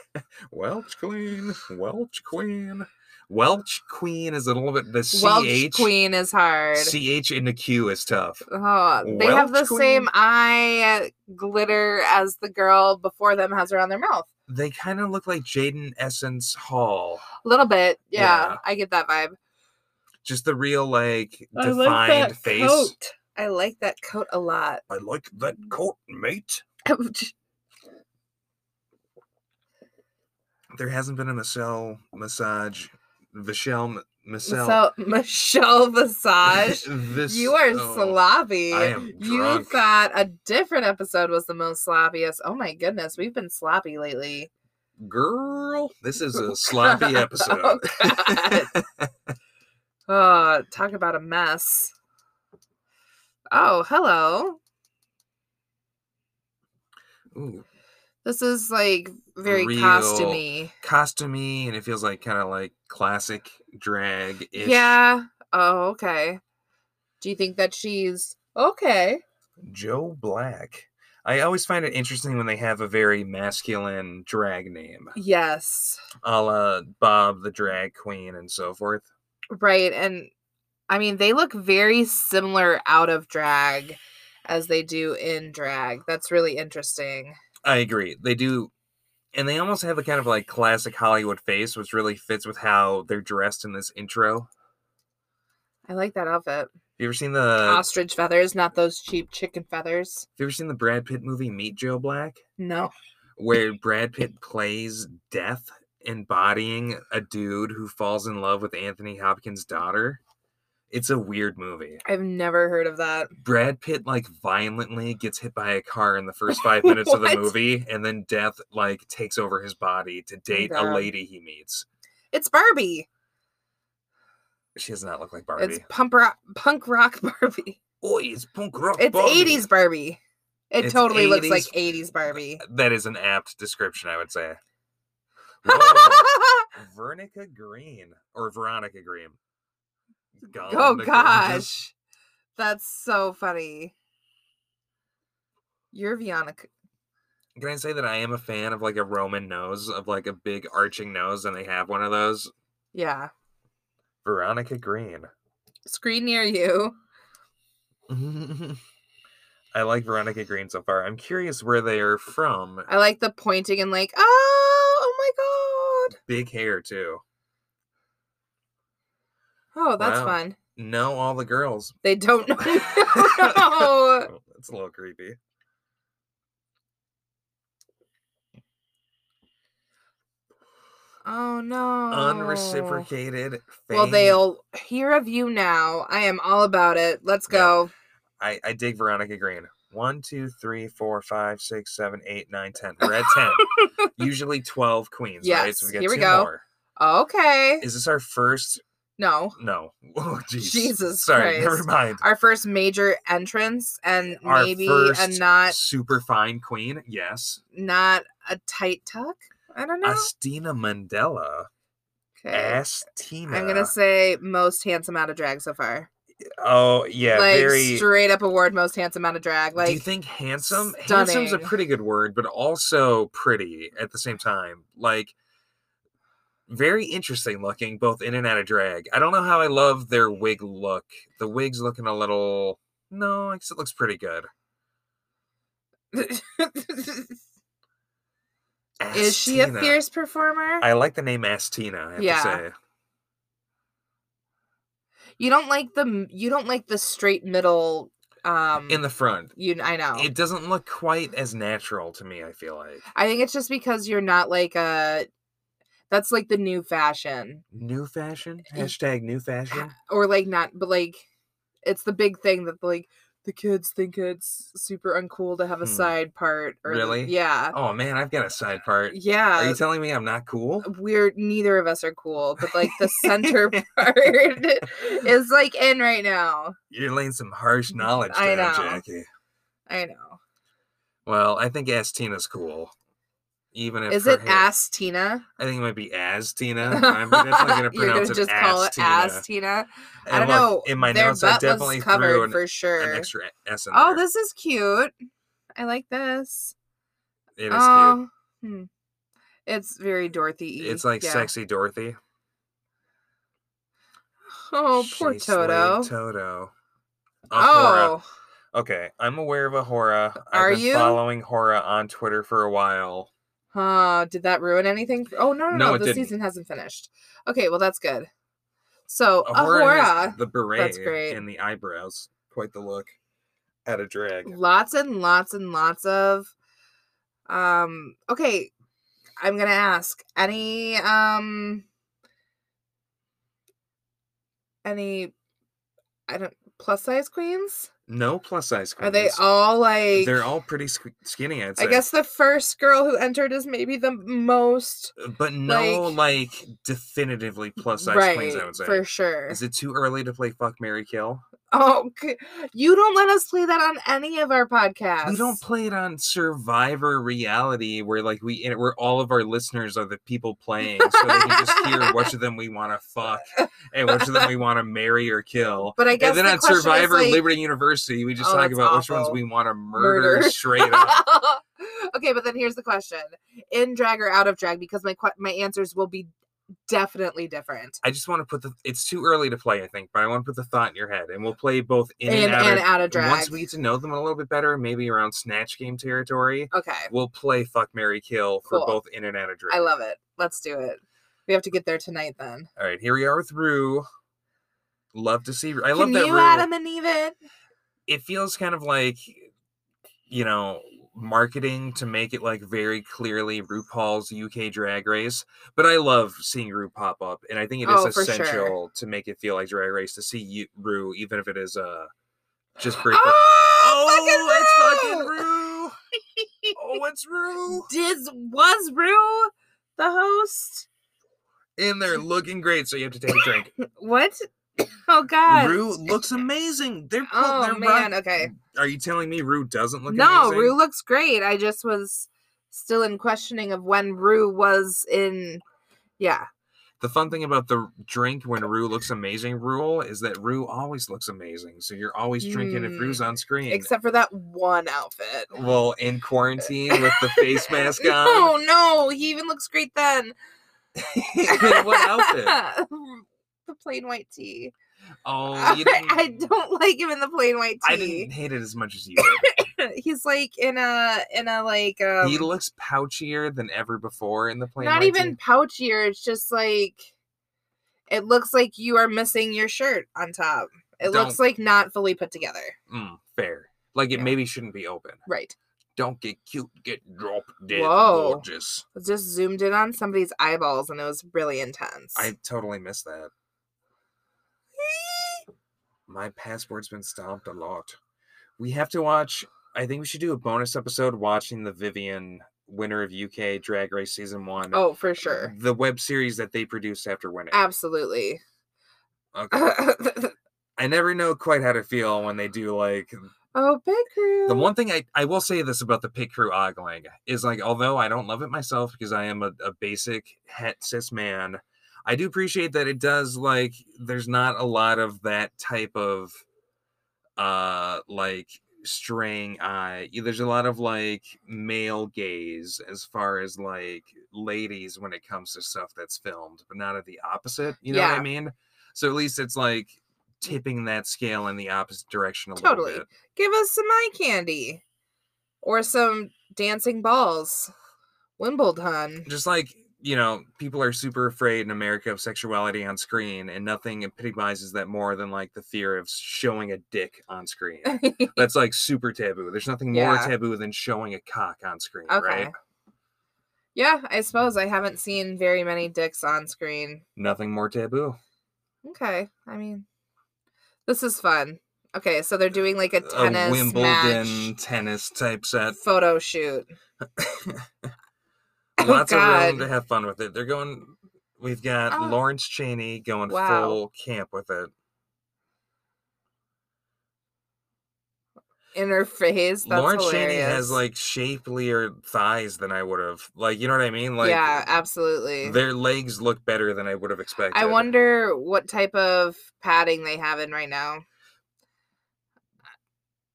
B: Welch Queen. Welch Queen. Welch Queen is a little bit the ch
A: Welch queen is hard.
B: ch in the Q is tough.
A: Oh, they have the
B: Welch
A: same
B: queen.
A: eye glitter as the girl before them has around their mouth.
B: They kind of look like Jaden Essence Hall.
A: A little bit. yeah.
B: Yeah.
A: I get that vibe.
B: Just the real like
A: I
B: defined
A: like that
B: face.
A: coat. I like that coat a lot.
B: I like that coat, mate.
A: Ouch.
B: there hasn't been a Michelle massage, Michelle m- Michelle.
A: So Michelle Visage,
B: this,
A: you are
B: oh,
A: sloppy.
B: I am
A: You
B: drunk.
A: thought a different episode was the most sloppiest. Oh my goodness, we've been sloppy lately.
B: girl. This is a sloppy episode.
A: Oh, Oh, talk about a mess. Oh, hello.
B: Ooh,
A: This is like very
B: Real
A: costumey.
B: costumey, and it feels like kind of like classic drag.
A: Yeah. Oh, okay. Do you think that she's okay?
B: Joe Black. I always find it interesting when they have a very masculine drag name,
A: Yes.
B: a la Bob the Drag Queen and so forth.
A: Right. And I mean, they look very similar out of drag as they do in drag. That's really interesting.
B: I agree. They do, and they almost have a kind of like classic Hollywood face, which really fits with how they're dressed in this intro.
A: I like that outfit.
B: If you ever seen the?
A: Ostrich feathers, not those cheap chicken feathers.
B: Have you ever seen the Brad Pitt movie Meet Joe Black,
A: No.
B: where Brad Pitt plays death, embodying a dude who falls in love with Anthony Hopkins' daughter? It's a weird movie.
A: I've never heard of that.
B: Brad Pitt like violently gets hit by a car in the first five minutes of the
A: What? Oh
B: movie, and then death like takes over his body to date a
A: God.
B: lady he meets.
A: It's Barbie.
B: She does not look like Barbie.
A: It's punk rock, punk rock Barbie.
B: Oi, Oh, it's punk rock.
A: It's
B: Barbie.
A: 80s Barbie. It
B: It's
A: totally looks
B: 80s
A: like 80s Barbie.
B: That is an apt description, I would say. Whoa,
A: oh
B: Vernica Green or Veronica Green. Gollum McGregor.
A: gosh. That's so funny. You're Vionic.
B: Can I say that I am a fan of like a Roman nose, of like a big arching nose, and they have one of those?
A: Yeah.
B: Veronica Green.
A: Screen near you.
B: I like Veronica Green so far. I'm curious where they are from.
A: I like the pointing and like, oh, oh my God.
B: Big hair too.
A: Oh, that's
B: Wow.
A: fun.
B: Know all the girls.
A: They don't know. no.
B: Oh, That's a little creepy.
A: Oh, no.
B: Unreciprocated.
A: Well,
B: fame.
A: they'll hear of you now. I am all about it. Let's
B: Yeah.
A: go.
B: I, I dig Veronica Green. One, two, three, four, five, six, seven, eight, nine, ten. We're at ten. Usually twelve queens, right?
A: Yes, here we go. Okay.
B: Is this our first?
A: No.
B: No. Oh, jeez.
A: Jesus
B: Sorry, never
A: Christ.
B: mind.
A: Our first major entrance and
B: Our
A: maybe a
B: first
A: not
B: Super fine queen. Yes.
A: not a tight tuck. I don't know.
B: Astina Mandela.
A: Okay.
B: Astina.
A: I'm gonna say most handsome out of drag so far.
B: Oh yeah,
A: like
B: very.
A: straight up award most handsome out of drag. Like
B: do you think handsome? Handsome's a
A: stunning.
B: pretty good word, but also pretty at the same time. Like very interesting looking, both in and out of drag. I don't know how I love their wig look. The wig's looking a little. No, I guess it looks pretty good.
A: is she a
B: Astina.
A: fierce performer?
B: I like the name Astina. I have
A: Yeah.
B: to say.
A: you don't like the m- you don't like the straight middle um
B: In the front,
A: you I know.
B: it doesn't look quite as natural to me. I feel like
A: I think it's just because you're not like a that's like the new fashion.
B: new fashion.
A: Y-
B: Hashtag new fashion.
A: or like not but like it's the big thing that like the kids think it's super uncool to have a
B: Hmm.
A: side part or the-
B: Really?
A: yeah
B: Oh man, I've got a side part. Are
A: yeah
B: you telling me I'm not cool?
A: we're neither of us are cool but like the center part is like in right now
B: You're laying some harsh knowledge
A: Mm-hmm. I
B: down,
A: know.
B: Jackie.
A: i know
B: Well, I think As Tina's cool. Even if
A: is
B: her
A: it
B: hair-
A: ass tina
B: I think it might be As Tina. I'm definitely gonna
A: you're
B: pronounce
A: gonna just
B: it
A: call
B: As
A: it
B: Tina.
A: ass tina i don't
B: And look,
A: know
B: In my
A: their
B: notes, I
A: butt
B: definitely
A: was covered
B: threw an,
A: for sure
B: an extra S in
A: oh
B: there.
A: this is cute i like this
B: It is
A: oh hmm. it's very dorothy
B: cute. It's like sexy Dorothy.
A: Oh,
B: She
A: poor
B: slayed
A: Toto.
B: Toto. A Hora.
A: oh,
B: Okay, I'm aware of a Hora.
A: Are
B: I've been
A: you?
B: following Hora on Twitter for a while.
A: huh. Did that ruin anything? f- Oh no, no,
B: No,
A: no.
B: it
A: the
B: didn't.
A: season hasn't finished. Okay, well that's good. So
B: Ahura has
A: Ahura,
B: the beret
A: great.
B: and the eyebrows. Quite the look at a drag.
A: lots and lots and lots of. Um. Okay, I'm gonna ask any um. Any, I don't plus size queens.
B: No plus size queens.
A: Are they all like?
B: They're all pretty squ- skinny, I'd say.
A: I guess the first girl who entered is maybe the most
B: uh, but no,
A: like-
B: like, definitively plus size queens. I would say.
A: for sure.
B: Is it too early to play fuck Mary Kill?
A: Oh, g- you don't let us play that on any of our podcasts.
B: We don't play it on Survivor reality, where like we in- where all of our listeners are the people playing, so they can just hear which of them we want to fuck and which of them we want to marry or kill.
A: But I guess
B: And then
A: the
B: on
A: question is,
B: Survivor
A: like-
B: Liberty University, we just
A: Oh,
B: talk
A: that's
B: about which ones
A: awful.
B: we want to murder,
A: Murder.
B: straight up.
A: okay, but then here's the question: in drag or out of drag? Because my que- my answers will be definitely different
B: I just want to put the. It's too early to play, I think, but I want to put the thought in your head, and we'll play both in
A: in,
B: and, out.
A: and
B: of-
A: out of drag.
B: Once we get to know them a little bit better, maybe around snatch game territory,
A: okay,
B: we'll play fuck Mary Kill for
A: Cool.
B: both in and out of drag.
A: I love it. Let's do it. We have to get there tonight then.
B: All right, here we are through love to see. I
A: Can
B: love that
A: you
B: rule.
A: Adam and Eve it?
B: it feels kind of like, you know, marketing to make it like very clearly RuPaul's UK Drag Race. But I love seeing Ru pop up, and I think it is
A: Oh, for sure.
B: essential to make it feel like Drag Race to see you, Ru, even if it is uh just
A: Oh,
B: Oh, briefly.
A: fucking Rue!
B: oh, it's fucking Rue. oh, it's Rue.
A: Diz was Rue the host?
B: And they're looking great, so you have to take a drink.
A: What? Oh God!
B: Rue looks amazing. They're cool.
A: Oh
B: they're
A: man.
B: rock-
A: Okay.
B: Are you telling me Rue doesn't look
A: No,
B: amazing?
A: Rue looks great. I just was still in questioning of when Rue was in. Yeah.
B: The fun thing about the drink when Rue looks amazing rule is that Rue always looks amazing. So you're always drinking if Rue's
A: Mm,
B: on screen.
A: Except for that one outfit.
B: well, in quarantine with the face mask on.
A: Oh no, he even looks great then.
B: In what outfit?
A: the plain white tee.
B: Oh, you didn't,
A: I don't like him in the plain white
B: I didn't
A: tee.
B: hate it as much as you did.
A: He's like in a in a like um,
B: he looks pouchier than ever before in the plane.
A: not even pouchier. It's just like it looks like you are missing your shirt on top. It looks
B: Don't-
A: like not fully put together.
B: Mm, fair. Like it
A: Yeah.
B: maybe shouldn't be open.
A: Right.
B: Don't get cute, get drop dead
A: Whoa.
B: gorgeous.
A: I just zoomed in on somebody's eyeballs and it was really intense.
B: I totally missed that. My passport's been stomped a lot. We have to watch. I think we should do a bonus episode watching the Vivian winner of UK Drag Race season one.
A: oh, for sure. Uh,
B: The web series that they produced after winning.
A: Absolutely.
B: Okay.
A: oh,
B: I never know quite how to feel when they do like
A: big crew.
B: the one thing I, I will say this about the pit crew ogling is like although I don't love it myself because I am a, a basic het cis man, I do appreciate that it does like there's not a lot of that type of uh like straying eye. Y- There's a lot of like male gaze as far as like ladies when it comes to stuff that's filmed, but not at the opposite. You know what
A: Yeah.
B: I mean? So at least it's like tipping that scale in the opposite direction a
A: Totally.
B: little bit.
A: Give us some eye candy or some dancing balls. Wimbledon.
B: just like you know people are super afraid in america of sexuality on screen and nothing epitomizes that more than like the fear of showing a dick on screen that's like super taboo there's nothing more
A: Yeah.
B: taboo than showing a cock on screen
A: Okay.
B: right
A: Yeah, I suppose I haven't seen very many dicks on screen.
B: nothing more taboo
A: Okay, I mean, this is fun. Okay, so they're doing like a
B: a
A: tennis
B: wimbledon
A: match
B: tennis type set
A: photo shoot. Oh,
B: lots of
A: God.
B: room to have fun with it they're going we've got
A: Oh.
B: lawrence cheney going
A: Wow.
B: full camp with it
A: Interface. That's
B: Lawrence
A: hilarious.
B: Cheney has like shapelier thighs than I would have. Like, you know what I mean? Like,
A: yeah, absolutely.
B: Their legs look better than I would have expected.
A: I wonder what type of padding they have in right now.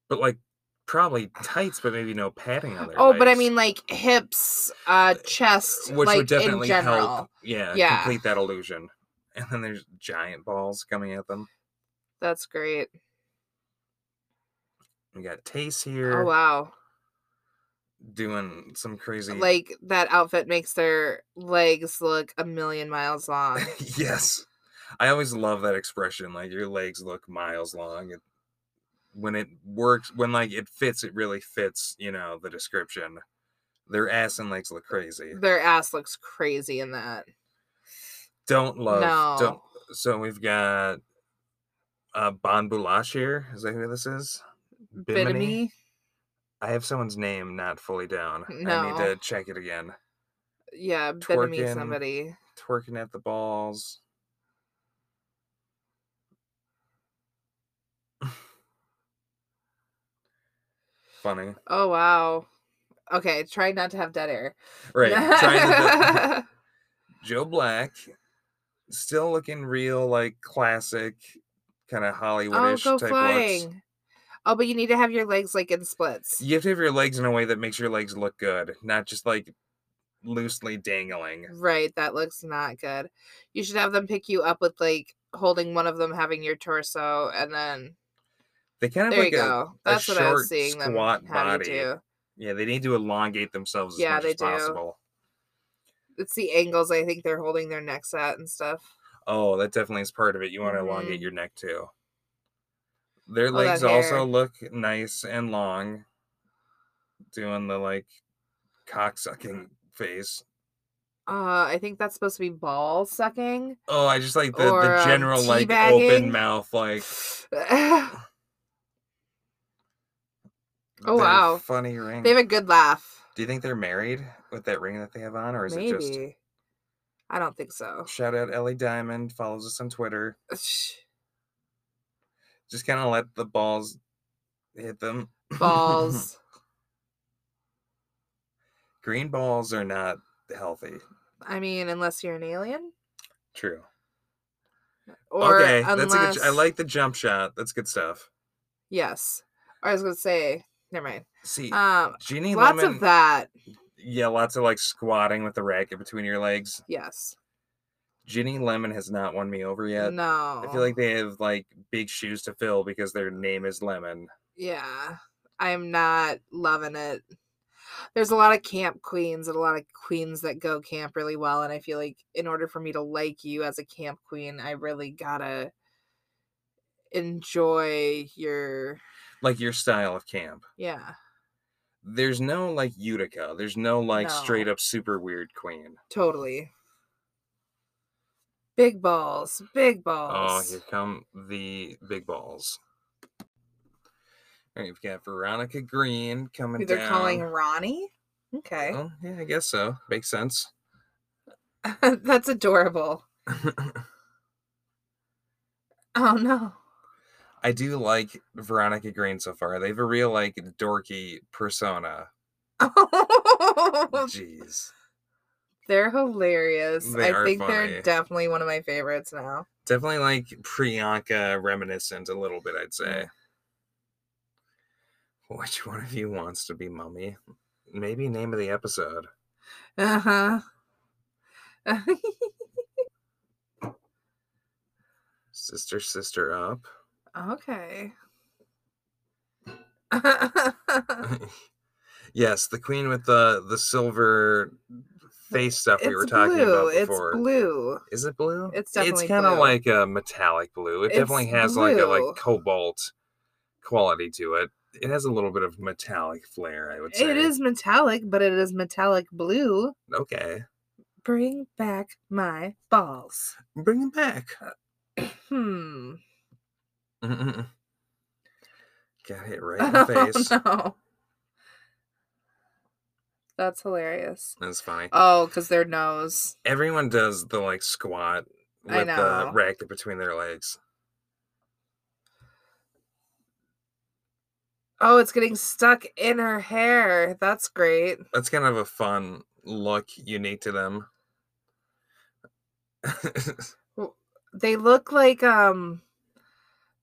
B: but like probably tights, but maybe no padding on their.
A: Oh, but I
B: legs,
A: mean, like hips, uh, chest,
B: which
A: like
B: would definitely
A: in general.
B: help. Yeah,
A: Yeah.
B: complete that illusion. And then there's giant balls coming at them.
A: That's great.
B: We got Tace here
A: Oh wow!
B: doing some crazy.
A: Like that outfit makes their legs look a million miles long.
B: yes, I always love that expression. Like your legs look miles long. It, when it works, when like it fits, it really fits. You know the description. Their ass and legs look crazy.
A: Their ass looks crazy in that.
B: Don't love.
A: no.
B: Don't so we've got uh Bon Boulash here. Is that who this is?
A: Bimini?
B: I have someone's name not fully down. I need
A: No.
B: to check it again.
A: Yeah, Bimini
B: Twerking.
A: somebody.
B: Twerking at the balls. Funny.
A: Oh wow. Okay, try not to have dead air.
B: Right. trying to- Joe Black still looking real like classic kind of
A: oh,
B: Hollywoodish
A: go
B: type
A: flying.
B: looks.
A: Oh, but you need to have your legs like in splits.
B: You have to have your legs in a way that makes your legs look good, not just like loosely dangling.
A: Right, that looks not good. You should have them pick you up with like holding one of them having your torso and then
B: They kind of
A: there
B: like
A: you
B: a,
A: go. That's what I
B: short,
A: was seeing them
B: squat
A: having
B: body.
A: to do.
B: yeah, they need to elongate themselves as
A: Yeah,
B: much
A: they
B: as
A: do.
B: possible.
A: It's the angles I think they're holding their necks at and stuff.
B: Oh, that definitely is part of it. You want to
A: Mhm.
B: elongate your neck too. Their
A: that
B: legs also
A: hair.
B: look nice and long, doing the like cock sucking face.
A: Uh, I think that's supposed to be ball sucking.
B: Oh, I just like the,
A: Or,
B: the
A: um,
B: general like
A: teabagging.
B: open mouth like.
A: they Oh,
B: their
A: wow.
B: funny ring.
A: have a good laugh.
B: Do you think they're married with that ring that they have on, or is
A: Maybe.
B: it just
A: I don't think so.
B: shout out Ellie Diamond follows us on Twitter?
A: Sh-
B: Just kind of let the balls hit them.
A: Balls.
B: Green balls are not healthy.
A: I mean, unless you're an alien,
B: True.
A: or
B: okay,
A: unless
B: that's a good. j- I like the jump shot. That's good stuff.
A: Yes, or I was gonna say. Never mind.
B: See,
A: Um,
B: Jeannie
A: lots
B: Lemon.
A: of that.
B: Yeah, lots of like squatting with the racket between your legs.
A: Yes.
B: Ginny Lemon has not won me over yet.
A: no.
B: I feel like they have like big shoes to fill because their name is Lemon.
A: Yeah, I'm not loving it. There's a lot of camp queens and a lot of queens that go camp really well. And I feel like in order for me to like you as a camp queen, I really gotta enjoy your.
B: Like your style of camp.
A: Yeah,
B: There's no like Utica. There's no like
A: No.
B: straight up super weird queen.
A: totally. Big balls, big
B: Oh,
A: balls.
B: here come the big balls. All right, we've got Veronica Green coming
A: Who they're
B: down.
A: calling Ronnie? Okay.
B: Well, yeah, I guess so. Makes sense.
A: That's adorable. Oh no.
B: I do like Veronica Green so far. They have a real like dorky persona. Jeez.
A: They're hilarious.
B: They
A: I
B: are
A: think
B: funny.
A: they're definitely one of my favorites now.
B: Definitely like Priyanka reminiscent a little bit, I'd say. Which one of you wants to be mummy? Maybe name of the episode.
A: Uh huh.
B: Sister, sister up.
A: okay.
B: yes, the queen with the the silver face stuff we were talking
A: blue.
B: about before.
A: It's blue.
B: Is it blue?
A: It's definitely
B: it's kind of
A: blue.
B: like a metallic blue. It
A: It's
B: definitely has like a
A: blue.
B: like cobalt quality to it. It has a little bit of metallic flair, I would say.
A: It is metallic, but it is metallic blue.
B: okay.
A: Bring back my balls.
B: Bring it back.
A: Hmm.
B: Mm-mm-mm. Got hit right in the face.
A: Oh, no. That's hilarious.
B: That's funny.
A: Oh, because their nose.
B: Everyone does the like squat
A: I
B: with the
A: know.
B: racket between their legs.
A: Oh, it's getting stuck in her hair. That's great.
B: That's kind of a fun look, unique to them.
A: They look like um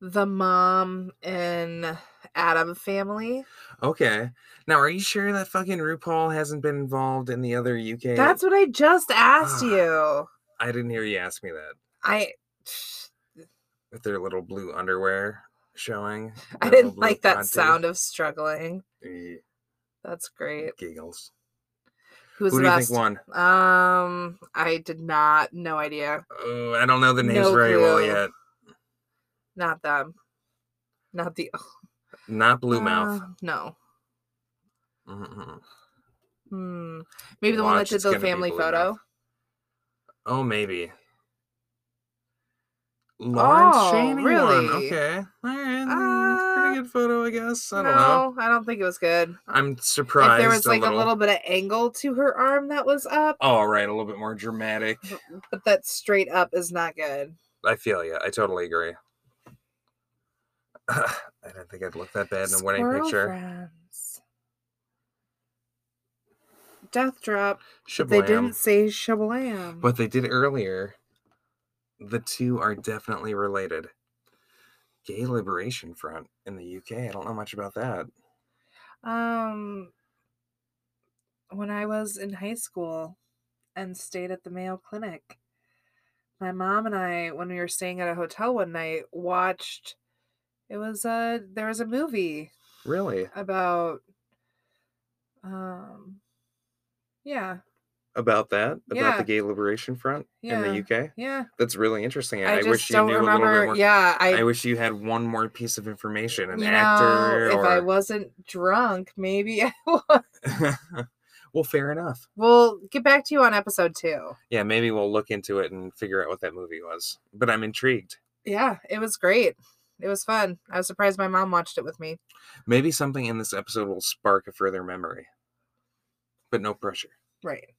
A: the mom in Adam family.
B: okay. Now, are you sure that fucking RuPaul hasn't been involved in the other UK?
A: That's what I just asked
B: Ah.
A: you.
B: I didn't hear you ask me that.
A: I
B: With their little blue underwear showing.
A: I
B: their little
A: didn't
B: blue
A: like that
B: panty.
A: sound of struggling.
B: Eh,
A: That's great.
B: Giggles.
A: Who's
B: Who
A: the
B: do you
A: best?
B: think won?
A: Um, I did not. No idea.
B: Oh, I don't know the names
A: No
B: very well
A: clue.
B: yet.
A: Not them. Not the
B: Not Blue Mouth.
A: Uh, no. Uh.
B: Mm-mm.
A: Hmm. Maybe the one that
B: Watch,
A: did
B: it's
A: the
B: gonna be
A: family
B: Blue Mouth.
A: photo.
B: Oh, maybe. Lauren
A: Oh,
B: Shaney
A: really?
B: won. Okay. All right. mm,
A: Uh,
B: Pretty good photo, I guess. I
A: no,
B: don't know.
A: I don't think it was good.
B: I'm surprised.
A: If there was like
B: little...
A: a little bit of angle to her arm that was up,
B: Oh, right. A little bit more dramatic.
A: but that straight up is not good.
B: I feel you. I totally agree. I didn't think I'd look that bad in a wedding
A: Squirrel
B: picture.
A: Friends. Death drop.
B: Shablam.
A: They didn't say shablam.
B: What they did earlier, the two are definitely related. Gay Liberation Front in the UK. I don't know much about that.
A: Um, when I was in high school and stayed at the Mayo Clinic, my mom and I, when we were staying at a hotel one night, watched. It was a there was a movie
B: Really?
A: about. Um, yeah,
B: about that about
A: Yeah.
B: the gay liberation front in
A: Yeah.
B: the UK.
A: Yeah,
B: That's really interesting. and
A: I,
B: I,
A: just
B: wish you
A: don't
B: knew a little bit
A: remember.
B: more.
A: Yeah, I,
B: I, wish you had one more piece of information, an
A: you know,
B: actor
A: if
B: or
A: I wasn't drunk, maybe I would.
B: well, fair enough.
A: We'll get back to you on episode two.
B: Yeah, maybe we'll look into it and figure out what that movie was. But I'm intrigued.
A: Yeah, it was great. It was fun. I was surprised my mom watched it with me.
B: Maybe something in this episode will spark a further memory. But no pressure.
A: Right.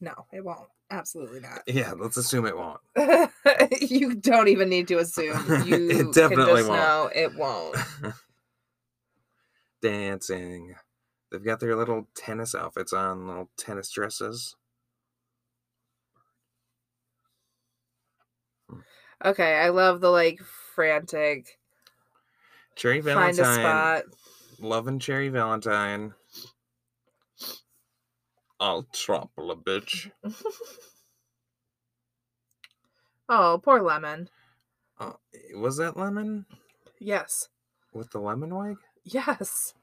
A: No, it won't. Absolutely not.
B: Yeah, let's assume it won't.
A: you don't even need to assume.
B: It
A: You can
B: definitely
A: just
B: won't.
A: know it won't.
B: Dancing. They've got their little tennis outfits on, little tennis dresses.
A: Okay, I love the like frantic
B: Cherry
A: find a
B: Valentine.
A: spot.
B: Loving Cherry Valentine. I'll trample a bitch.
A: oh, poor lemon.
B: Uh, was that lemon
A: Yes.
B: with the lemon wig?
A: Yes.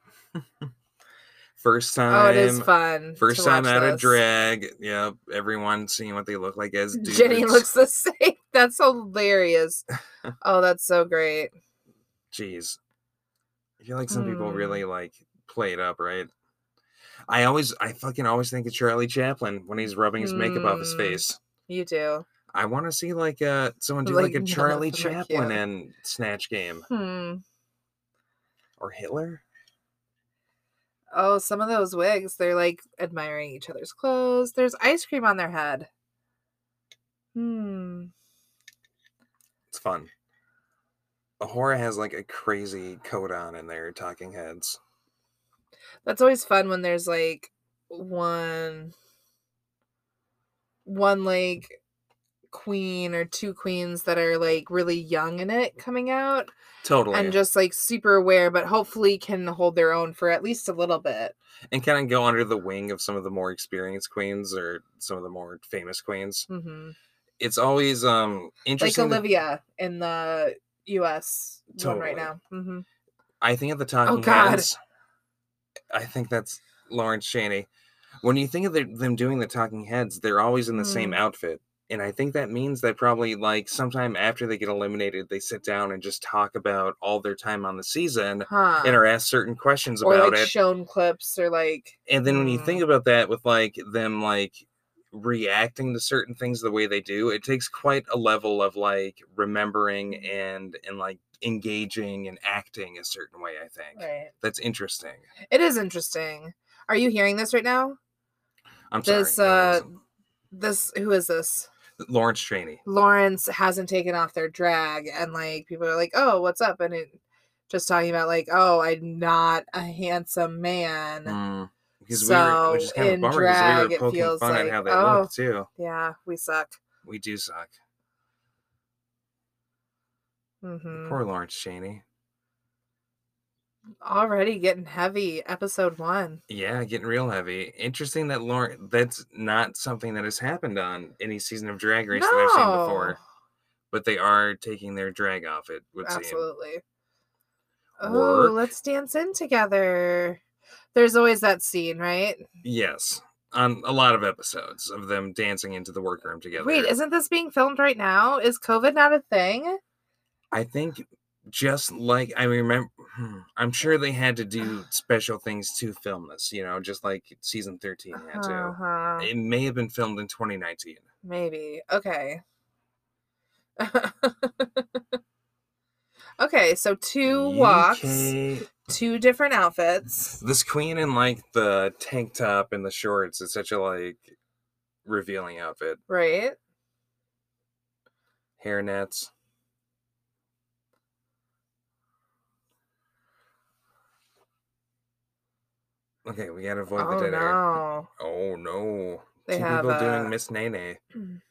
B: First time.
A: Oh, it is fun.
B: First
A: to
B: time
A: watch
B: out of
A: this.
B: drag. Yep. Everyone seeing what they look like as dudes.
A: Jenny looks the same. That's hilarious. oh, that's so great.
B: Jeez. I feel like some people
A: Hmm.
B: really like play it up, right? I always, I fucking always think of Charlie Chaplin when he's rubbing his makeup off his
A: Mm.
B: face.
A: You do.
B: I want to see like uh someone do like,
A: Like,
B: a
A: no,
B: Charlie
A: that's really
B: Chaplin
A: cute.
B: and Snatch Game
A: Hmm.
B: or Hitler.
A: Oh, some of those wigs, they're like admiring each other's clothes. There's ice cream on their head. Hmm.
B: It's fun. Ahura has like a crazy coat on in their talking heads.
A: That's always fun when there's like one one like queen or two queens that are like really young in it coming out
B: Totally.
A: and just like super aware but hopefully can hold their own for at least a little bit.
B: and kind of go under the wing of some of the more experienced queens or some of the more famous queens.
A: hmm
B: It's always um
A: Like
B: interesting. that-
A: Olivia in the US one right
B: Totally.
A: now. hmm
B: I think at the talking
A: Oh, God.
B: heads. I think that's Lawrence Shaney. When you think of the, them doing the talking heads, they're always in the same
A: Mm.
B: outfit. And I think that means that probably like sometime after they get eliminated, they sit down and just talk about all their time on the season
A: Huh.
B: and are asked certain questions
A: or
B: about
A: like
B: it.
A: shown clips or like
B: and then when you
A: Mm.
B: think about that with like them like reacting to certain things the way they do it takes quite a level of like
A: Mm.
B: remembering and and like engaging and acting a certain way i think
A: right
B: that's interesting
A: it is interesting are you hearing this right now
B: i'm
A: this
B: sorry no, I
A: uh
B: wasn't.
A: this who is this
B: lawrence Cheney.
A: lawrence hasn't taken off their drag and like people are like oh what's up and it just talking about like oh i'm not a handsome man
B: Mm, because we were which
A: So,
B: is kind of a
A: in
B: bummer because we
A: drag,
B: were
A: it
B: poking
A: feels
B: fun at
A: like,
B: how they
A: oh.
B: look too
A: yeah we suck
B: we do suck
A: hmm
B: poor lawrence Cheney.
A: already getting heavy episode one
B: Yeah, getting real heavy. Interesting that Lauren that's not something that has happened on any season of Drag Race that I've seen before. But they are taking their drag off, it would seem.
A: Absolutely.
B: Work.
A: Oh, let's dance in together. There's always that scene, right?
B: Yes. On a lot of episodes of them dancing into the workroom together.
A: Wait, isn't this being filmed right now? Is COVID not a thing?
B: I think just like I remember I'm sure they had to do special things to film this, you know, just like season 13 had to.
A: Uh-huh.
B: It may have been filmed in 2019.
A: Maybe. Okay. okay, so two walks,
B: UK
A: two different outfits.
B: this queen in like the tank top and the shorts is such a like revealing outfit
A: Right?
B: hair nets okay we gotta avoid
A: Oh
B: the dead air
A: no.
B: oh no
A: They
B: two
A: have
B: people doing
A: a-
B: miss nene
A: Mm.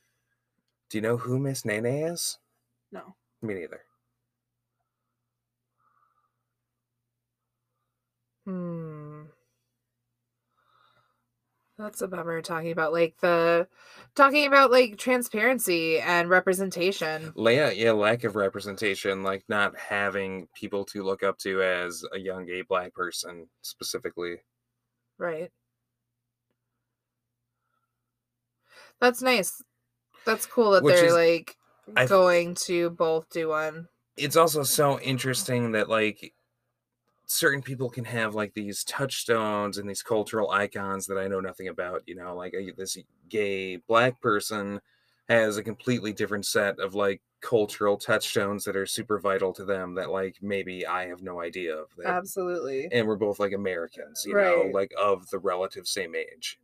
B: do you know who miss nene is
A: No.
B: me neither
A: Hmm. That's a bummer talking about like the talking about like transparency and representation.
B: Leia, yeah, lack of representation, like not having people to look up to as a young gay black person specifically.
A: Right. That's nice. That's cool that
B: Which
A: they're
B: is-
A: like
B: I-
A: going to both do one.
B: it's also so interesting that like certain people can have like these touchstones and these cultural icons that I know nothing about. You know, like a, this gay black person has a completely different set of like cultural touchstones that are super vital to them that like maybe I have no idea of. That,
A: Absolutely.
B: and we're both like Americans,
A: Um,
B: you
A: Right.
B: know, like of the relative same age.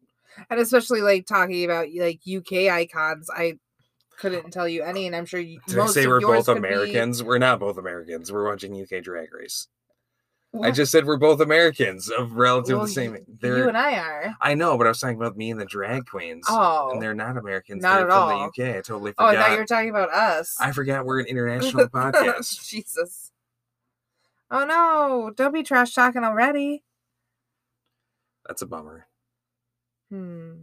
A: And especially like talking about like UK icons, I couldn't tell you any, and I'm sure you,
B: Did
A: most
B: I say
A: of
B: we're
A: yours
B: both
A: could be-
B: Americans? We're not both Americans. We're watching UK Drag Race. I
A: Well,
B: just said we're both Americans of relative
A: well,
B: the same.
A: y-
B: they're-
A: You and I are.
B: I know, but I was talking about me and the drag queens.
A: Oh,
B: And they're not Americans.
A: Not
B: they're
A: at
B: from
A: all.
B: the UK. I totally
A: oh, I thought you
B: forgot.
A: were talking about us.
B: I forgot we're an international podcast.
A: Jesus. Oh no! Don't be trash talking already.
B: That's a bummer.
A: Hmm.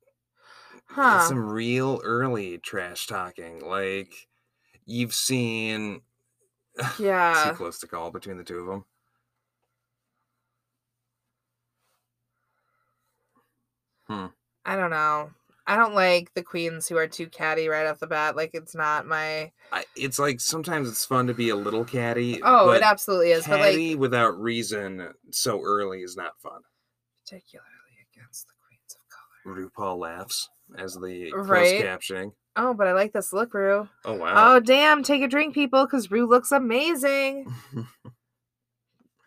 B: There's
A: Huh.
B: Some real early trash talking. Like you've seen too
A: yeah.
B: close to call between the two of them.
A: I don't know. I don't like the queens who are too catty right off the bat. Like it's not my.
B: I, it's like sometimes it's fun to be a little catty.
A: Oh,
B: but
A: it absolutely is. But like
B: catty without reason so early is not fun.
A: particularly against the queens of
B: RuPaul laughs as the
A: Right.
B: closed captioning.
A: color. Oh, but I like this look, Rue.
B: Oh wow.
A: Oh, damn! Take a drink, people, because Rue looks amazing.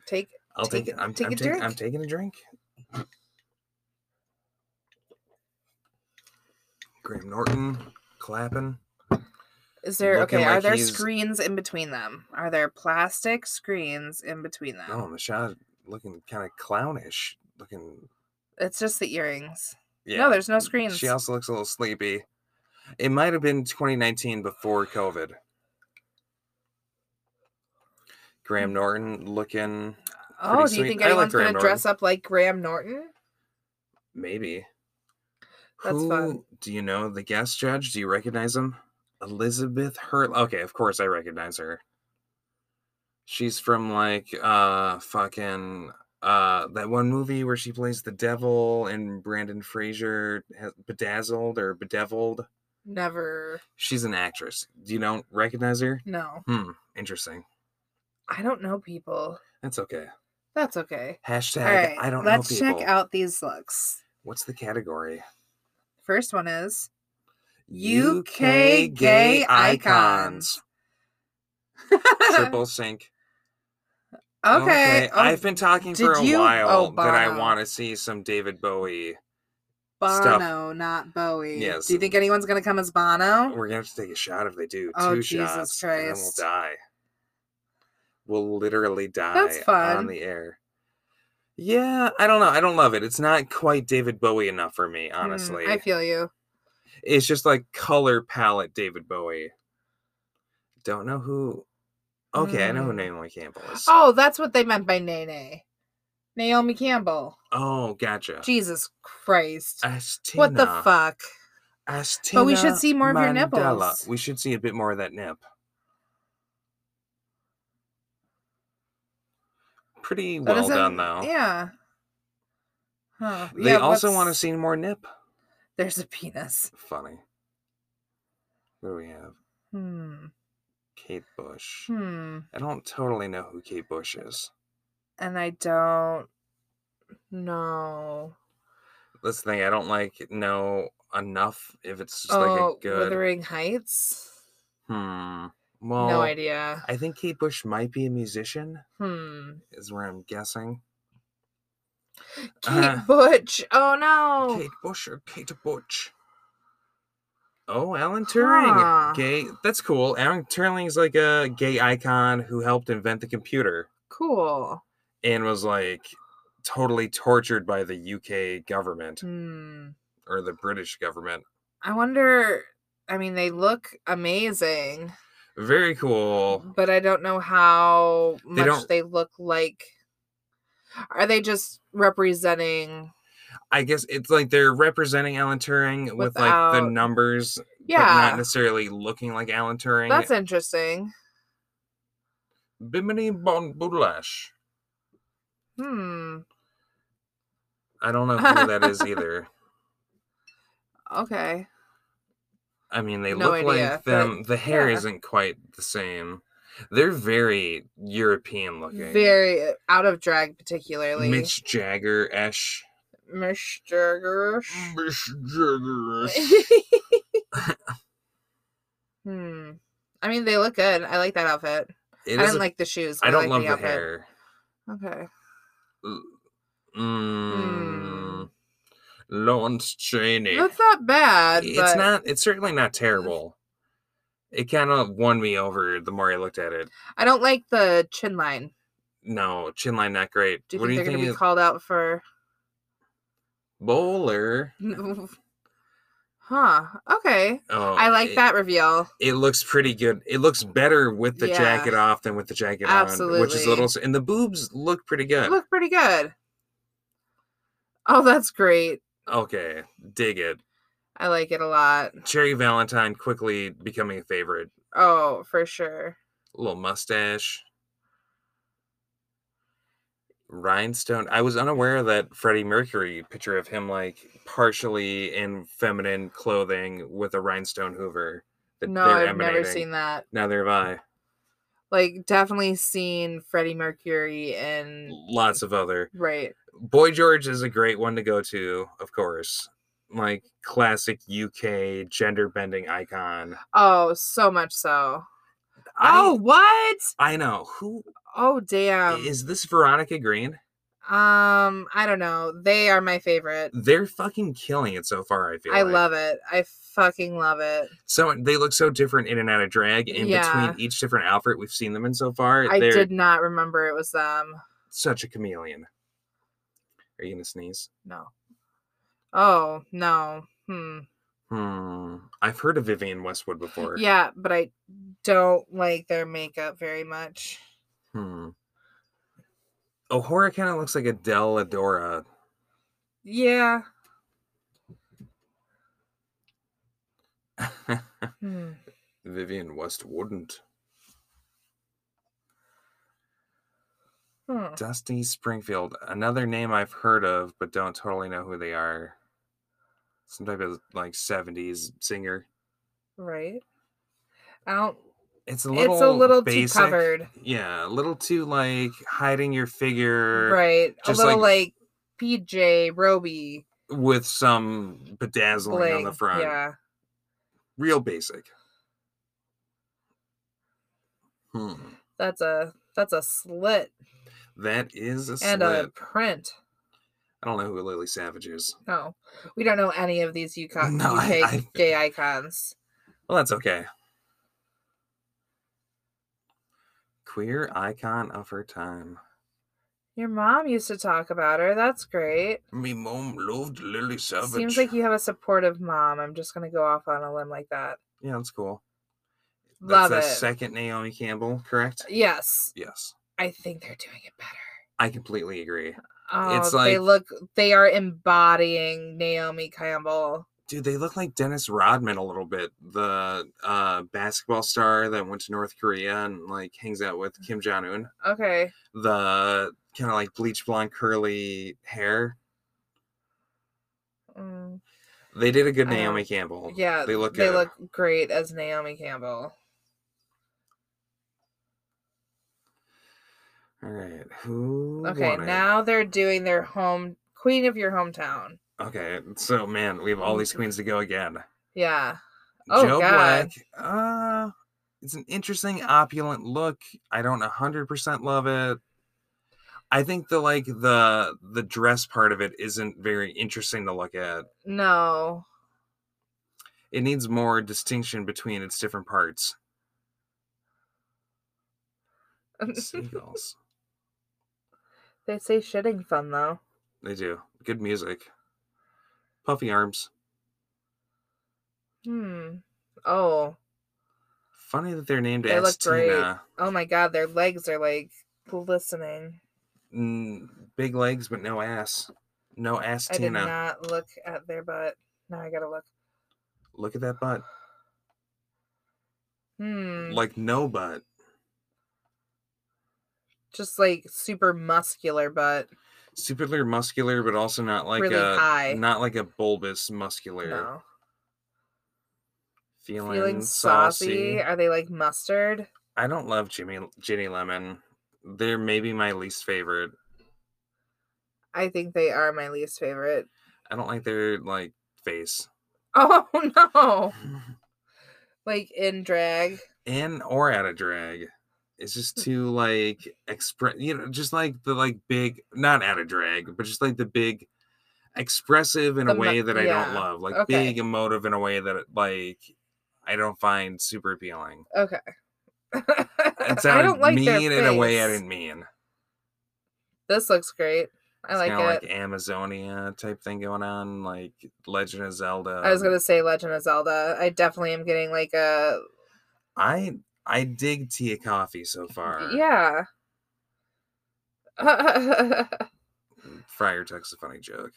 A: Take
B: I'll
A: Take
B: take,
A: a-
B: it. I'm,
A: take
B: I'm
A: a
B: taking- I'm
A: drink.
B: taking a drink. Graham Norton clapping.
A: is there
B: Looking
A: okay? are
B: like
A: there
B: he's-
A: screens in between them? Are there plastic screens in between them?
B: Oh, Michelle looking kind of clownish. Looking.
A: It's just the earrings.
B: Yeah.
A: No, there's no screens.
B: She also looks a little sleepy. It might have been 2019 before COVID.
A: Mm.
B: Graham Norton looking
A: oh, do
B: pretty
A: you
B: sweet.
A: think
B: I like
A: anyone's
B: Graham
A: gonna dress up like Graham Norton?
B: maybe.
A: That's
B: Who,
A: fun.
B: Do you know the guest judge? Do you recognize him? Elizabeth Hurt. Okay, of course I recognize her. She's from like uh fucking uh that one movie where she plays the devil and Brandon Fraser has bedazzled or bedeviled.
A: Never.
B: She's an actress. Do you don't recognize her?
A: No,
B: Hmm, interesting.
A: I don't know people.
B: That's okay.
A: That's okay.
B: Hashtag
A: All right,
B: I don't
A: let's
B: know people.
A: check out these looks.
B: What's the category?
A: First one is UK gay
B: Triple sync.
A: Okay. oh,
B: I've been talking for
A: did
B: a
A: you- oh,
B: while that I
A: Bono.
B: want to see some David Bowie.
A: Bono,
B: stuff.
A: not Bowie.
B: Yes,
A: Do you think anyone's gonna come as Bono? Hmm,
B: We're gonna have to take a shot if they do.
A: Oh,
B: two
A: Jesus
B: shots, and then we'll
A: Christ.
B: die. We'll literally die
A: fun.
B: on the air. Yeah, I don't know. I don't love it. It's not quite David Bowie enough for me,
A: Hmm,
B: honestly.
A: I feel you.
B: it's just like color palette David Bowie. Don't know who. Okay, I know who
A: Mm.
B: Naomi Campbell is. Oh,
A: Oh, that's what they meant by Nene. Naomi Campbell.
B: Oh, gotcha.
A: Jesus Christ.
B: Astina.
A: What the fuck?
B: Astina
A: But we should see more of your
B: Mandela.
A: nipples.
B: We should see a bit more of that nip. Pretty
A: That
B: well
A: doesn't-
B: done, though.
A: Yeah. Huh.
B: They
A: yeah,
B: also want to
A: what's-
B: see more nip.
A: There's a penis.
B: Funny. What do we have?
A: Hmm.
B: Kate Bush.
A: Hmm.
B: I don't totally know who Kate Bush is.
A: And I don't know.
B: That's the thing. I don't like know enough if it's just like a
A: oh,
B: good.
A: Wuthering Heights.
B: Hmm. Well,
A: no idea.
B: I think Kate Bush might be a musician.
A: Hmm.
B: Is where I'm guessing.
A: Kate
B: Uh,
A: Butch. Oh no.
B: Kate Bush or Kate Butch. Oh, Alan Turing,
A: Huh.
B: gay. That's cool. Alan Turing is like a gay icon who helped invent the computer
A: Cool.
B: and was like totally tortured by the UK government
A: Hmm.
B: or the British government.
A: I wonder. I mean, they look amazing,
B: Very cool.
A: but I don't know how much
B: Oh. don't-
A: they look like. Are they just representing?
B: I guess it's like they're representing Alan Turing with like the
A: Without-
B: numbers, but
A: Yeah,
B: not necessarily looking like Alan Turing.
A: that's interesting.
B: Bimini Bon Boodlash.
A: Hmm.
B: I don't know who that is either.
A: Okay.
B: I mean, they
A: No
B: look
A: idea,
B: like
A: but
B: them. The hair
A: yeah.
B: isn't quite the same. They're very European looking.
A: Very uh, out of drag, particularly.
B: Mitch Jagger esh.
A: Mr. Gersh.
B: Mitch Jagger
A: hmm. I mean, they look good. I like that outfit. I don't like the shoes. but
B: I
A: like
B: don't love the
A: outfit.
B: hair.
A: Okay. Hmm.
B: Mm. Lawrence Cheney.
A: That's not bad.
B: it's
A: but
B: not. It's certainly not terrible. It kind of won me over the more I looked at it.
A: I don't like the chin line.
B: No, chin line not great.
A: Do you
B: what
A: think
B: do you
A: they're going
B: think?
A: to be
B: is-
A: called out for?
B: Bowler.
A: huh. Okay.
B: Oh,
A: I like
B: it-
A: that reveal.
B: It looks pretty good. It looks better with the
A: Yeah.
B: jacket off than with the jacket on, which is a
A: Absolutely.
B: little. s- And the boobs look pretty good.
A: Look pretty good. Oh, that's great.
B: Okay, dig it.
A: I like it a lot.
B: Cherry Valentine quickly becoming a favorite.
A: Oh, for sure.
B: little mustache. Rhinestone. I was unaware of that Freddie Mercury picture of him like partially in feminine clothing with a rhinestone hoover. That
A: No,
B: they're
A: I've never
B: emanating.
A: seen that.
B: Neither have I.
A: Like, definitely seen Freddie Mercury and
B: Lots of other.
A: right.
B: Boy George is a great one to go to, of course. Like classic UK gender bending icon.
A: Oh, so much so.
B: I-
A: oh, what?
B: I know. Who
A: Oh, damn.
B: is this Veronica Green?
A: Um, I don't know. They are my favorite.
B: They're fucking killing it so far, I feel
A: I
B: like.
A: love it. I fucking love it.
B: so they look so different in and out of drag in
A: Yeah.
B: between each different outfit we've seen them in so far
A: I
B: they're
A: did not remember it was them.
B: such a chameleon are you gonna sneeze
A: No. Oh, no. Hmm.
B: hmm i've heard of vivian westwood before
A: Yeah, but I don't like their makeup very much.
B: hmm ohora kind of looks like adele adora
A: Yeah. Hmm.
B: vivian westwoodn't
A: Hmm.
B: dusty springfield another name i've heard of but don't totally know who they are some type of like 70s singer
A: Right. I don't
B: it's a little
A: it's a little
B: basic.
A: too covered.
B: Yeah, a little too like hiding your figure
A: Right. A
B: just
A: little
B: like-
A: like, PJ Roby
B: with some bedazzling on the
A: bling.
B: front.
A: Yeah.
B: Real basic. Hmm.
A: That's a that's a slit
B: That is a
A: and uh,
B: slit.
A: a print.
B: I don't know who Lily Savage is.
A: No, we don't know any of these UK,
B: No, I-
A: UK
B: I-
A: gay icons.
B: Well, that's okay. Queer icon of her time.
A: Your mom used to talk about her. That's great.
B: Me mom loved Lily Savage.
A: Seems like you have a supportive mom. I'm just gonna go off on a limb like that.
B: yeah, that's cool.
A: Love
B: that's
A: it. Uh,
B: the second Naomi Campbell, correct?
A: Yes,
B: Yes.
A: I think they're doing it better.
B: I completely agree.
A: Oh,
B: It's
A: they
B: like-
A: look. They are embodying Naomi Campbell.
B: dude, they look like Dennis Rodman a little bit, the uh, basketball star that went to North Korea and like hangs out with Kim Jong Un.
A: Okay,
B: The kind of like bleach blonde curly hair.
A: Mm,
B: They did a good
A: I know.
B: Naomi Campbell.
A: yeah,
B: they look.
A: They
B: good.
A: look great as Naomi Campbell.
B: All right, who?
A: Okay,
B: won it?
A: now they're doing their home queen of your hometown.
B: Okay, so man, we have all these queens to go again.
A: Yeah, Oh,
B: Joe
A: God.
B: Black. Uh, it's an interesting opulent look. I don't hundred percent love it. I think the like the the dress part of it isn't very interesting to look at.
A: no,
B: It needs more distinction between its different parts. Seagulls.
A: They say shitting fun though.
B: they do good music. Puffy arms.
A: Hmm. Oh.
B: Funny that they're named
A: They
B: as
A: look great.
B: Tina.
A: Oh my god, their legs are like glistening.
B: Mm, big legs, but no ass. No ass
A: I did
B: Tina.
A: not look at their butt. Now I gotta look.
B: Look at that butt.
A: Hmm.
B: Like no butt.
A: Just like super muscular butt.
B: Super muscular, but also not like
A: really
B: a
A: high.
B: not like a bulbous muscular.
A: No.
B: Feeling,
A: Feeling
B: saucy.
A: saucy. Are they like mustard?
B: I don't love Jimmy Ginny Lemon. They're maybe my least favorite.
A: I think they are my least favorite.
B: I don't like their like face.
A: Oh no. Like in drag.
B: in or at a drag. It's
A: Hmm.
B: just too like express, you know, just like the like big, not at a drag, but just like the big, expressive in a
A: The mo-
B: way that I don't
A: yeah,
B: love, like
A: okay.
B: big emotive in a way that like I don't find super appealing.
A: Okay.
B: It
A: I
B: sounded
A: don't like their
B: mean in a way I
A: face.
B: didn't mean.
A: This looks great. I
B: It's
A: like
B: kinda
A: it.
B: like Amazonia type thing going on, like Legend of Zelda.
A: I was gonna say Legend of Zelda. I definitely am getting like a
B: I I dig Tia Coffee so far.
A: yeah.
B: Friar Tuck's a funny joke.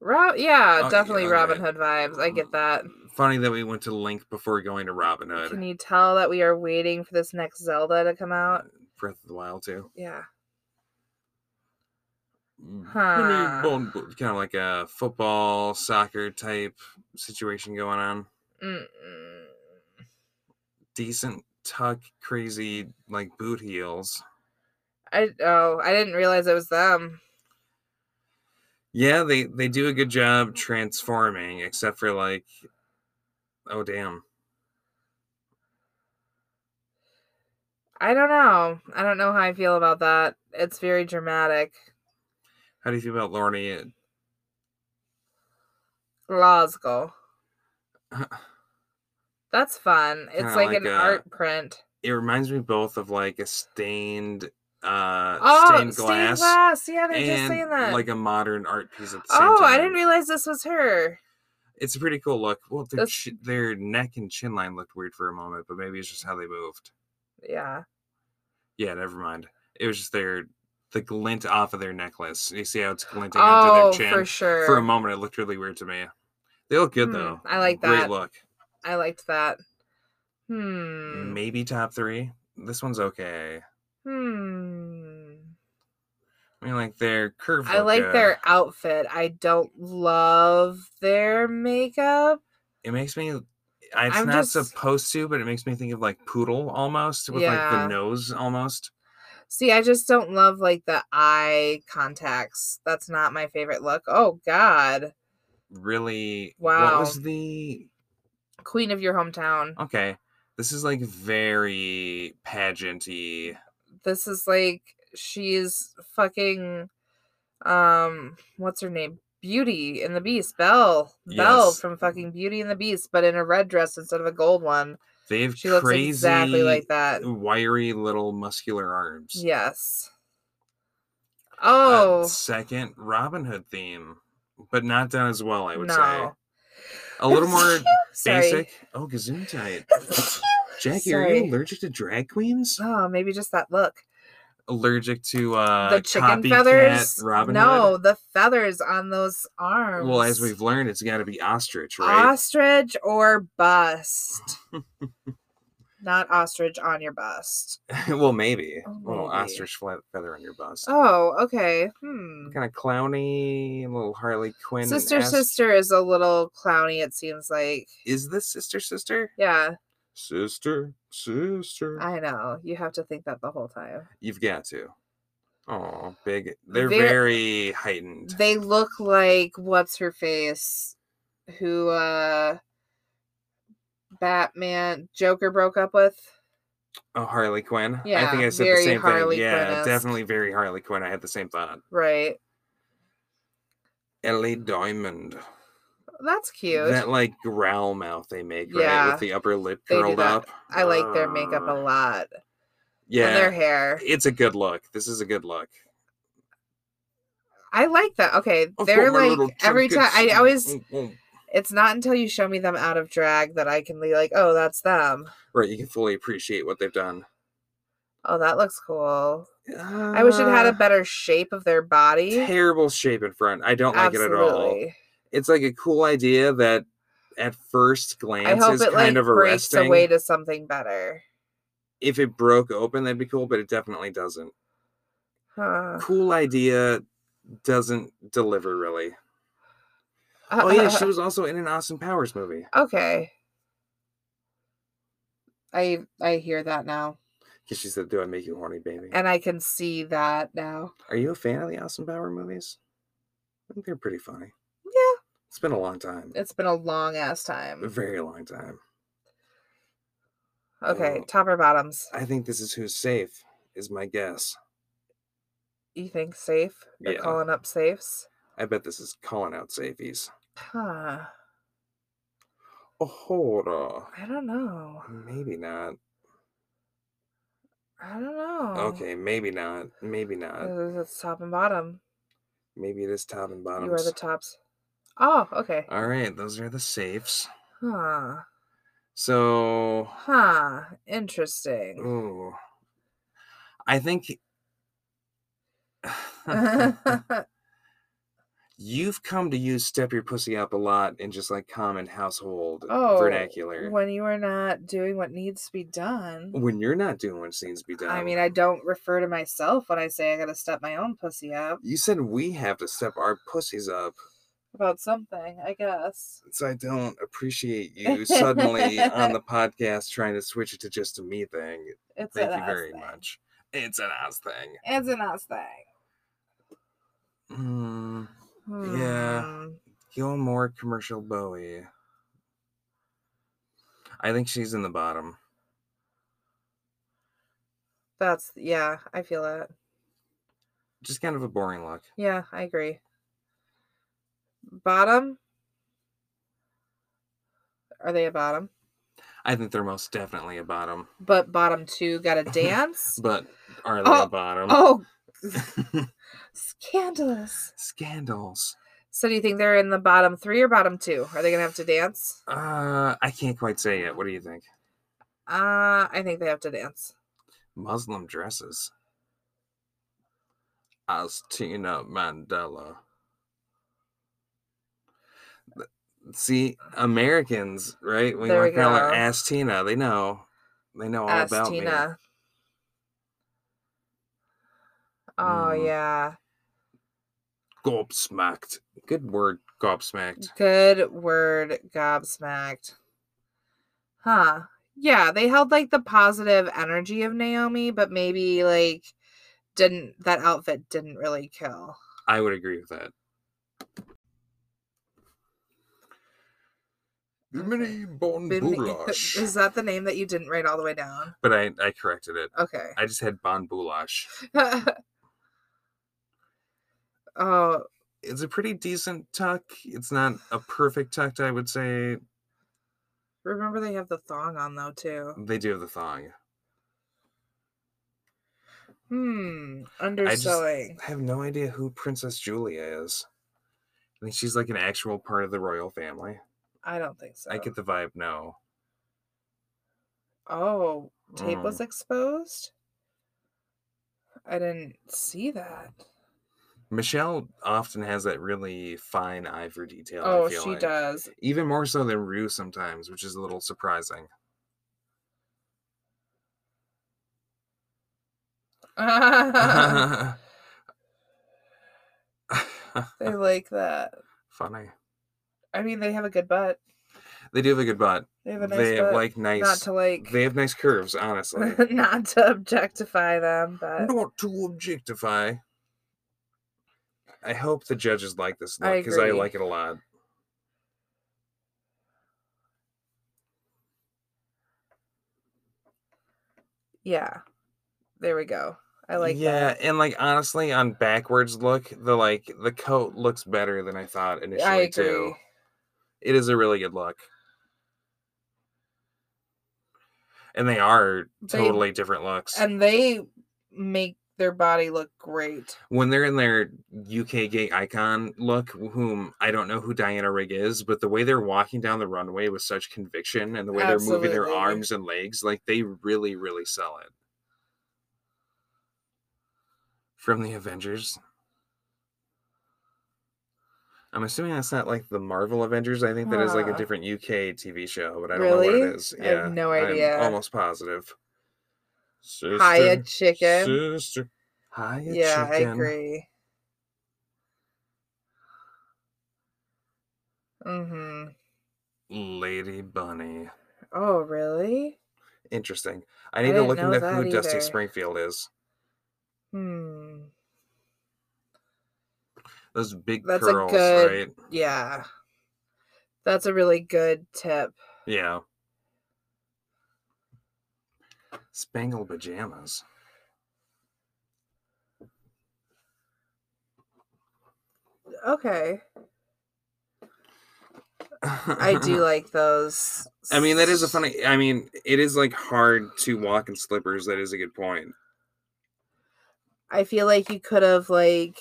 A: Rob, yeah,
B: Oh,
A: definitely
B: yeah, Mm,
A: Robin
B: right.
A: Hood vibes. I get that.
B: Funny that we went to Link before going to Robin Hood.
A: Can you tell that we are waiting for this next Zelda to come
B: Mm.
A: out?
B: Breath of the Wild too. Mm.
A: Yeah. Huh.
B: Kind of like a football, soccer type situation going on.
A: Mm, Mm-mm.
B: Decent tuck, crazy like boot heels.
A: I oh, I didn't realize it was them.
B: Yeah, they they do a good job transforming, except for like, oh damn,
A: I don't know. I don't know how I feel about that. It's very dramatic.
B: how do you feel about Lorne?
A: Glasgow. That's fun. It's
B: Kinda
A: like,
B: like
A: an
B: a-
A: art print.
B: It reminds me both of like a stained, uh,
A: Oh,
B: stained glass,
A: Yeah, they're just saying
B: and
A: that.
B: like a modern art piece at the same
A: oh, I
B: time.
A: didn't realize this was her.
B: it's a pretty cool look. Well, their,
A: That's-
B: chi- their neck and chin line looked weird for a moment, but maybe it's just how they moved.
A: Yeah.
B: Yeah, never mind. It was just their the glint off of their necklace. You see how it's glinting
A: Oh,
B: onto their
A: for
B: chin
A: sure.
B: for a moment. It looked really weird to me. They look good
A: Hmm,
B: though.
A: I like
B: Great
A: that.
B: look.
A: I liked that. Hmm.
B: Maybe top three. This one's okay.
A: Hmm.
B: I mean, like their curve.
A: I like their outfit. I don't love their makeup.
B: It makes me. I- It's
A: I'm
B: not
A: just-
B: supposed to, but it makes me think of like poodle almost with like
A: Yeah.
B: the nose almost.
A: See, I just don't love like the eye contacts. That's not my favorite look. Oh God,
B: Really. What
A: Wow.
B: was the
A: queen of your hometown.
B: Okay. This is like very pageanty.
A: This is like she's fucking, um, what's her name? Beauty and the Beast, Belle, Belle
B: Yes.
A: from fucking Beauty and the Beast, but in a red dress instead of a gold one.
B: They have
A: She looks
B: crazy,
A: exactly like that.
B: wiry little muscular arms.
A: Yes.
B: Uh,
A: Oh
B: second Robin Hood theme, but not done as well, I would say.
A: no!
B: A little more
A: Sorry.
B: basic. Oh, Gesundheit. Jackie, are
A: Sorry.
B: you allergic to drag queens?
A: Oh, maybe just that look.
B: Allergic to uh,
A: the chicken
B: copycat
A: feathers.
B: Robin
A: no,
B: Hood?
A: the feathers on those arms.
B: Well, as we've learned, it's got to be ostrich, right?
A: ostrich or bust. Not ostrich on your bust.
B: well, maybe.
A: Oh,
B: A little
A: maybe.
B: ostrich flat feather on your bust.
A: Oh, okay. Hmm.
B: kind of clowny, little Harley Quinn.
A: Sister Sister is a little clowny, it seems like.
B: Is this sister sister?
A: Yeah,
B: Sister, sister.
A: I know. You have to think that the whole time.
B: You've got to. Oh, big. They're
A: Ver-
B: very heightened.
A: They look like what's her face? Who uh Batman Joker broke up with?
B: Oh, Harley Quinn. I think
A: Yeah,
B: I said the
A: very
B: same
A: Harley
B: thing. Yeah,
A: Quinn-esque.
B: definitely very Harley Quinn. I had the same thought.
A: Right.
B: Ellie Diamond.
A: That's cute.
B: That like growl mouth they make, right?
A: Yeah,
B: With the upper lip
A: they do
B: curled
A: that.
B: up.
A: I like their makeup a
B: Uh,
A: lot. And their
B: Yeah.
A: hair.
B: It's a good look. This is a good look.
A: I like that. Okay.
B: I've got
A: They're
B: my
A: like
B: Oh, little
A: every time
B: trinkets
A: I
B: and-
A: always
B: Mm, mm.
A: it's not until you show me them out of drag that I can be like, oh, that's them.
B: Right, you can fully appreciate what they've done.
A: Oh, that looks cool. I wish it had a
B: Uh,
A: better shape of their body.
B: terrible shape in front. I don't like it at all.
A: Absolutely.
B: It's like a cool idea that at
A: I
B: first glance
A: hope
B: is
A: it like
B: kind of
A: breaks
B: arresting.
A: away to something better.
B: if it broke open, that'd be cool, but it definitely doesn't.
A: Huh.
B: Cool idea doesn't deliver really. Oh yeah, she was also in an Austin Powers movie.
A: Uh, okay. I I hear that now,
B: Because she said, Do I make you horny, baby?
A: and I can see that now.
B: Are you a fan of the Austin Power movies? I think they're pretty funny.
A: Yeah,
B: It's been a long time.
A: it's been a long ass
B: A
A: time.
B: very long time.
A: Okay,
B: well-
A: top or bottoms?
B: I think this is who's safe, is my guess.
A: You think safe? They're
B: Yeah.
A: calling up safes.
B: I bet this is calling out safeties.
A: Huh.
B: Oh, hold on.
A: I don't know.
B: Maybe not.
A: I don't know.
B: Okay, maybe not. Maybe not.
A: Uh, That's top and bottom.
B: Maybe it is top and bottoms.
A: You are the tops. Oh, okay.
B: All right, those are the safes.
A: Huh.
B: So,
A: Huh. Interesting.
B: ooh. I think Mm. you've come to use step your pussy up a lot in just like common household
A: oh,
B: vernacular.
A: When you are not doing what needs to be done.
B: when you're not doing what seems to be done.
A: I mean, I don't refer to myself when I say I gotta step my own pussy up
B: you said we have to step our pussies up,
A: about something, I guess.
B: so I don't appreciate you suddenly on the podcast trying to switch it to just a me thing.
A: It's
B: Thank
A: an
B: you
A: us
B: very
A: thing.
B: much. It's an ass thing.
A: It's an us thing.
B: Mm, Yeah.
A: Hmm.
B: Gilmore commercial Bowie. I think she's in the bottom.
A: That's yeah, I feel that.
B: Just kind of a boring look.
A: Yeah, I agree. Bottom? Are they a bottom?
B: I think they're most definitely a bottom.
A: But bottom two got a dance?
B: But are they
A: Oh,
B: a bottom?
A: oh, scandalous.
B: Scandals.
A: So do you think they're in the bottom three or bottom two? Are they going to have to dance?
B: Uh, I can't quite say yet. What do you think?
A: Uh, I think they have to dance.
B: Muslim dresses. As Tina Mandela. Th- See, Americans, right? When
A: There
B: we
A: we
B: call her
A: go.
B: Ass Tina, they know. They know all
A: Ask
B: about me.
A: Tina. Oh,
B: Mm.
A: yeah.
B: Gobsmacked. Good word,
A: Mm.
B: gobsmacked.
A: Good word, gobsmacked. Huh. Yeah, they held like the positive energy of Naomi, but maybe like didn't that outfit didn't really kill.
B: I would agree with that. Bimini Bon
A: Bimini-
B: Boulash.
A: e, Is that the name that you didn't write all the way down?
B: But I, I corrected it.
A: Okay.
B: I just had Bon Boulash.
A: oh,
B: It's a pretty decent tuck. It's not a perfect tuck, I would say.
A: remember they have the thong on though too.
B: They do have the thong.
A: Hmm.
B: I just
A: Underselling.
B: have no idea who Princess Julia is. I think she's like an actual part of the royal family.
A: I, don't think so.
B: I get the vibe, no.
A: Oh, tape
B: Mm.
A: was exposed? I didn't see that.
B: Michelle often has that really fine eye for detail.
A: Oh,
B: I feel
A: she
B: like.
A: does.
B: Even more so than Rue sometimes, which is a little surprising.
A: they like that.
B: Funny.
A: I mean, they have a good butt.
B: They do have a good butt.
A: They have a nice
B: they
A: butt.
B: have like
A: not
B: nice.
A: to like,
B: They have nice curves, honestly.
A: not to objectify them, but
B: Not to objectify. I hope the judges like this look because I
A: agree.
B: like it a lot.
A: yeah. There we go. I like
B: yeah,
A: that.
B: and like honestly, on backwards look, the like the coat looks better than I thought initially
A: I agree.
B: too. It is a really good look. And they are
A: They-
B: totally different looks.
A: And they make their body look great.
B: when they're in their UK gay icon look, whom I don't know who Diana Rigg is, but the way they're walking down the runway with such conviction and the way they're moving
A: Absolutely.
B: their arms and legs, like they really, really sell it. From the Avengers. I'm assuming that's not like the Marvel Avengers. I think that is like a
A: Huh.
B: different UK TV show, but I don't know what
A: Really?
B: it is.
A: I have no
B: I'm
A: idea.
B: almost positive. Sister,
A: Hiya chicken.
B: Sister. Hiya,
A: yeah, I
B: chicken.
A: agree. Mm-hmm.
B: Lady Bunny.
A: Oh, really?
B: Interesting. I
A: I
B: need to
A: didn't
B: look
A: know
B: into
A: that
B: who Dusty
A: either.
B: Springfield is.
A: Hmm.
B: Those big
A: That's a
B: curls,
A: good-
B: right?
A: Yeah. That's a really good tip.
B: Yeah. Spangled pajamas.
A: Okay. I do like those.
B: I mean, that is a funny. I mean, it is like hard to walk in slippers. That is a good point.
A: I feel like you could have like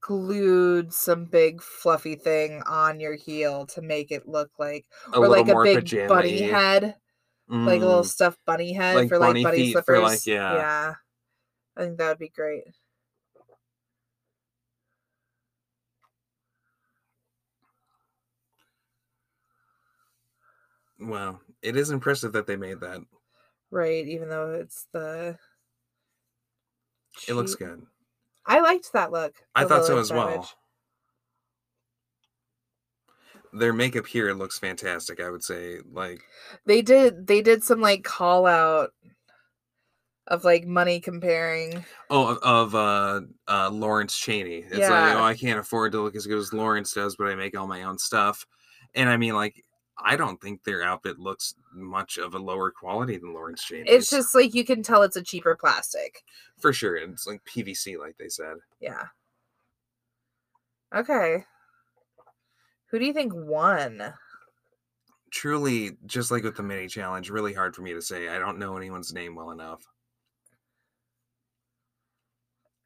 A: glued some big fluffy thing on your heel to make it look like
B: A
A: or
B: little
A: like a
B: more
A: big
B: pajama-y. Mm.
A: bunny head, like a little stuffed bunny head
B: Like
A: for like
B: bunny
A: bunny
B: feet for,
A: slippers.
B: like, yeah.
A: yeah. I think that would be great.
B: Mm, Wow, it is impressive that they made that.
A: Right, even though it's the
B: It looks
A: cheap-
B: good.
A: I liked that look.
B: I
A: of
B: thought so
A: Lily
B: as well.
A: Savage.
B: Their makeup here looks fantastic. I would say, like,
A: They did they did some like call out of like money comparing.
B: oh, of- of uh, uh, Lawrence Cheney. It's like,
A: Yeah.
B: oh, I can't afford to look as good as Lawrence does, but I make all my own stuff. And I mean, like, I don't think their outfit looks much of a lower quality than Lawrence Cheney's.
A: It's just like you can tell it's a cheaper plastic.
B: for sure. and It's like PVC, like they said.
A: Yeah. Okay. Who do you think won?
B: Truly, just like with the mini challenge, really hard for me to say. I don't know anyone's name well enough.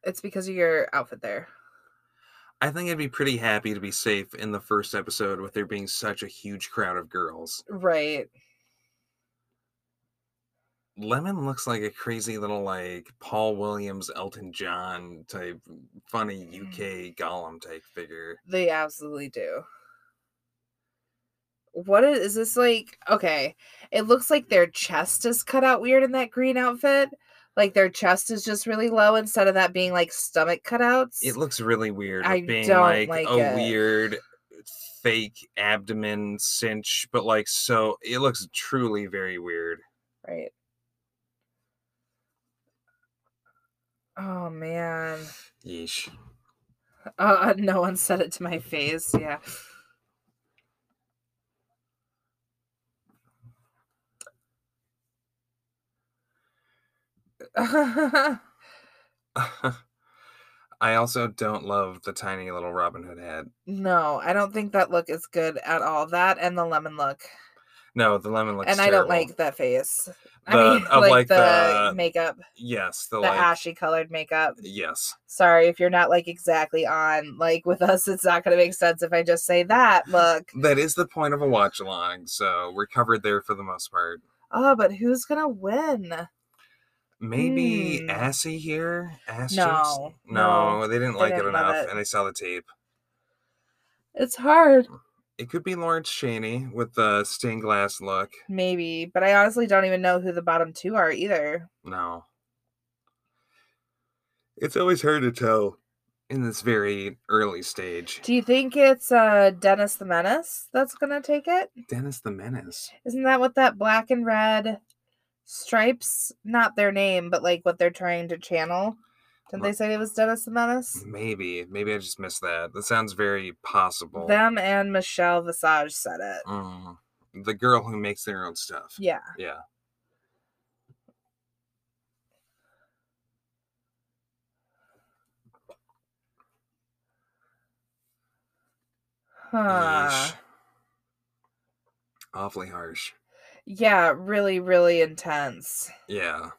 A: It's because of your outfit there.
B: I think I'd be pretty happy to be safe in the first episode with there being such a huge crowd of girls.
A: Right.
B: Lemon looks like a crazy little like Paul Williams, Elton John type funny
A: Mm.
B: UK golem type figure.
A: They absolutely do. What is, is this like? Okay. It looks like their chest is cut out weird in that green outfit. Like their chest is just really low instead of that being like stomach cutouts.
B: It looks really weird with
A: I
B: being
A: don't
B: like,
A: like
B: a
A: it.
B: weird uh, fake abdomen cinch, but like so it looks truly very weird.
A: right. Oh man.
B: Yeesh.
A: Uh, no one said it to my face. Yeah.
B: I also don't love the tiny little Robin Hood head.
A: no, I don't think that look is good at all. That and the lemon look,
B: No, the lemon looks
A: and I don't
B: terrible.
A: like that face.
B: The-
A: I mean,
B: of,
A: like,
B: like,
A: the,
B: the-
A: makeup,
B: Yes, the,
A: the
B: like
A: ashy colored makeup.
B: yes.
A: Sorry if you're not like exactly on like with us. It's not gonna make sense if I just say that look.
B: That is the point of a watch along, so we're covered there for the most part.
A: Oh, but who's gonna win?
B: Maybe
A: Hmm.
B: Assy here? Ass
A: No,
B: Chips?
A: no,
B: no, they didn't
A: they
B: like it
A: didn't love
B: enough,
A: it.
B: and they saw the tape.
A: It's hard.
B: It could be Lawrence Cheney with the stained glass look.
A: Maybe, but I honestly don't even know who the bottom two are either.
B: No. It's always hard to tell in this very early stage.
A: Do you think it's uh Dennis the Menace that's gonna take it?
B: Dennis the Menace.
A: Isn't that what that black and red stripes? Not their name, but like what they're trying to channel. Didn't they
B: Right. Mm,
A: say it was Dennis the Menace?
B: Maybe. Maybe I just missed that. That sounds very possible.
A: Them and Michelle Visage said it.
B: Mm. The girl who makes their own stuff.
A: Yeah.
B: Yeah.
A: Huh.
B: Yeesh. Awfully harsh.
A: Yeah, really, really intense.
B: Yeah.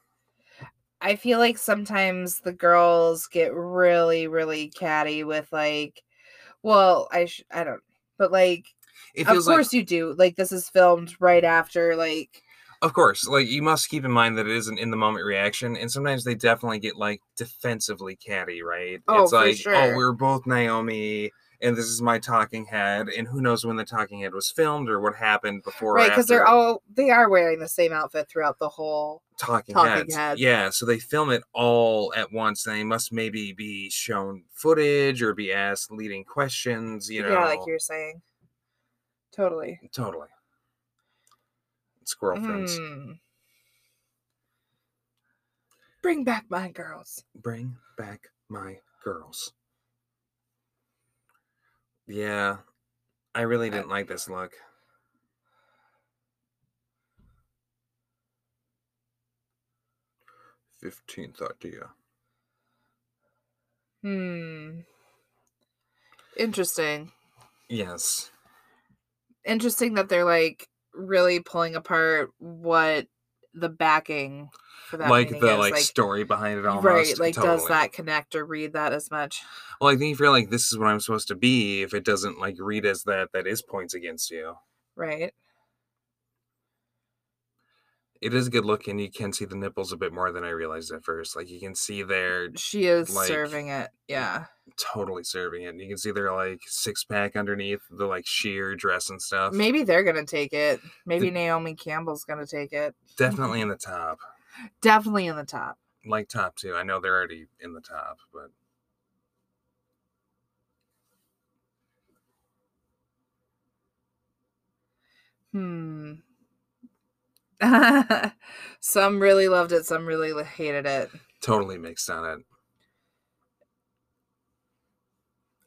A: I feel like sometimes the girls get really, really catty with like, well, I sh- I don't, but like,
B: It
A: of
B: feels
A: course you do. Like this is filmed right after like,
B: like of course, like you must keep in mind that it is an in the moment reaction and sometimes they definitely get like defensively catty, right?
A: Oh,
B: it's
A: for
B: like, oh,
A: sure.
B: we're both Naomi and this is my talking head and who knows when the talking head was filmed or what happened before
A: right because they're
B: after
A: all they are wearing the same outfit throughout the whole
B: talking,
A: talking
B: heads.
A: heads.
B: yeah so they film it all at once and they must maybe be shown footage or be asked leading questions you know
A: yeah like you're saying totally
B: totally squirrel friends
A: Hmm. bring back my girls
B: bring back my girls yeah i really didn't like this look Fifteenth idea.
A: hmm interesting
B: Yes.
A: interesting that they're like really pulling apart what the backing for that
B: like
A: painting
B: the
A: is,
B: like, story behind it almost.
A: right like does
B: totally.
A: that connect or read that as much
B: Well, I think if you're like, this is what I'm supposed to be, if it doesn't like read as that, that is points against you.
A: right
B: It is a good look, and you can see the nipples a bit more than I realized at first. Like you can see they're
A: she is
B: Like-
A: serving it yeah
B: totally serving it. and You can see they're like six pack underneath the like sheer dress and stuff.
A: maybe they're gonna take it maybe naomi campbell's gonna take it
B: Definitely in the top,
A: definitely in the top
B: like top two. I know they're already in the top, but
A: hmm some really loved it some really l- hated it
B: totally mixed on it.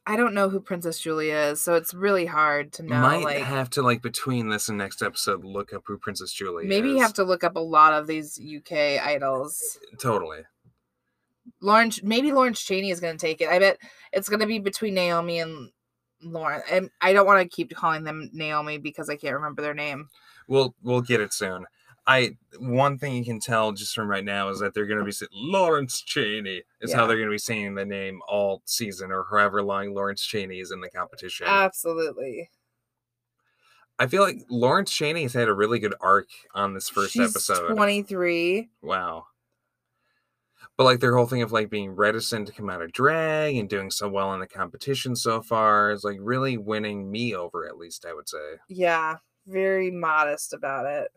A: i don't know who princess julia is so it's really hard to know
B: Might
A: like
B: have to like between this and next episode look up who Princess Julie
A: maybe
B: is.
A: you have to look up a lot of these uk idols
B: totally.
A: Lauren, Ch- maybe Lawrence Cheney is going to take it. I bet it's going to be between Naomi and Lauren. And I don't want to keep calling them Naomi because I can't remember their name.
B: We'll we'll get it soon. I one thing you can tell just from right now is that they're gonna be sa- Lawrence Cheney is how
A: Yeah.
B: they're gonna be saying the name all season or however long Lawrence Cheney is in the competition.
A: Uh, Absolutely.
B: I feel like Lawrence Cheney has had a really good arc on this first
A: She's
B: episode.
A: 23.
B: Wow. But like their whole thing of like being reticent to come out of drag and doing so well in the competition so far is like really winning me over, at least I would say.
A: Yeah. Very modest about it.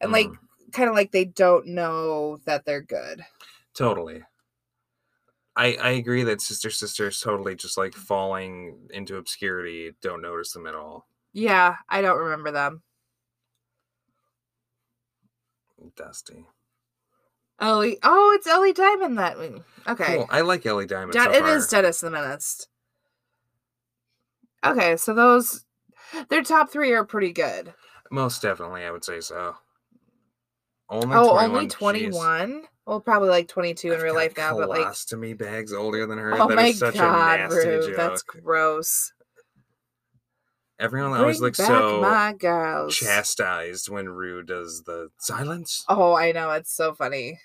A: And
B: Mm.
A: like, kind of like they don't know that they're good.
B: Totally. I I agree that Sister Sister is totally just like falling into obscurity. Don't notice them at all.
A: Yeah. I don't remember them.
B: Dusty.
A: Ellie. Oh, it's Ellie Diamond that. we- Okay.
B: Cool. I like Ellie Diamond.
A: Den-
B: so
A: it is
B: far.
A: Dennis the Menace. Okay, so those their top three are pretty good.
B: most definitely. I would say so. Only
A: oh,
B: 21.
A: only
B: jeez.
A: twenty one. Well, probably like twenty two in
B: I've
A: real
B: got
A: life now, but like,
B: colostomy bags older than her.
A: oh
B: That is
A: my
B: such a
A: god,
B: nasty
A: Rue,
B: joke.
A: that's gross.
B: Everyone always
A: Bring
B: looks
A: back
B: so
A: my girls.
B: chastised when Rue does the silence.
A: Oh, I know it's so funny.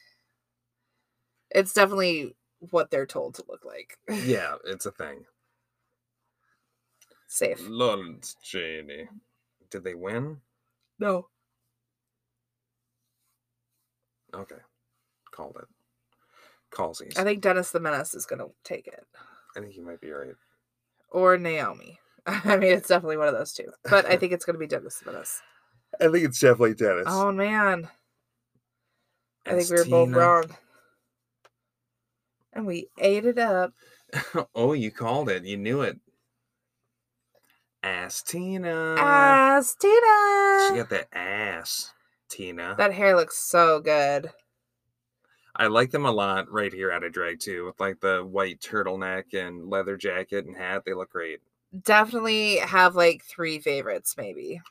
A: It's definitely what they're told to look like.
B: Yeah, it's a thing. Mm.
A: Safe.
B: Lawrence Cheney. Did they win?
A: No.
B: Okay. Called it. Callsies.
A: I think Dennis the Menace is gonna take it.
B: I think you might be right.
A: Or Naomi. I mean it's definitely one of those two. But I think it's gonna be Dennis the Menace.
B: I think it's definitely Dennis.
A: Oh man, I think we were both wrong. And we ate it up.
B: wrong. oh, you called it. You knew it. Ass Tina.
A: Ass
B: Uh, she
A: Tina.
B: got that ass, Tina.
A: That hair looks so good.
B: I like them a lot right here out of drag too, with like the white turtleneck and leather jacket and hat. They look great.
A: Definitely have like three favorites, maybe.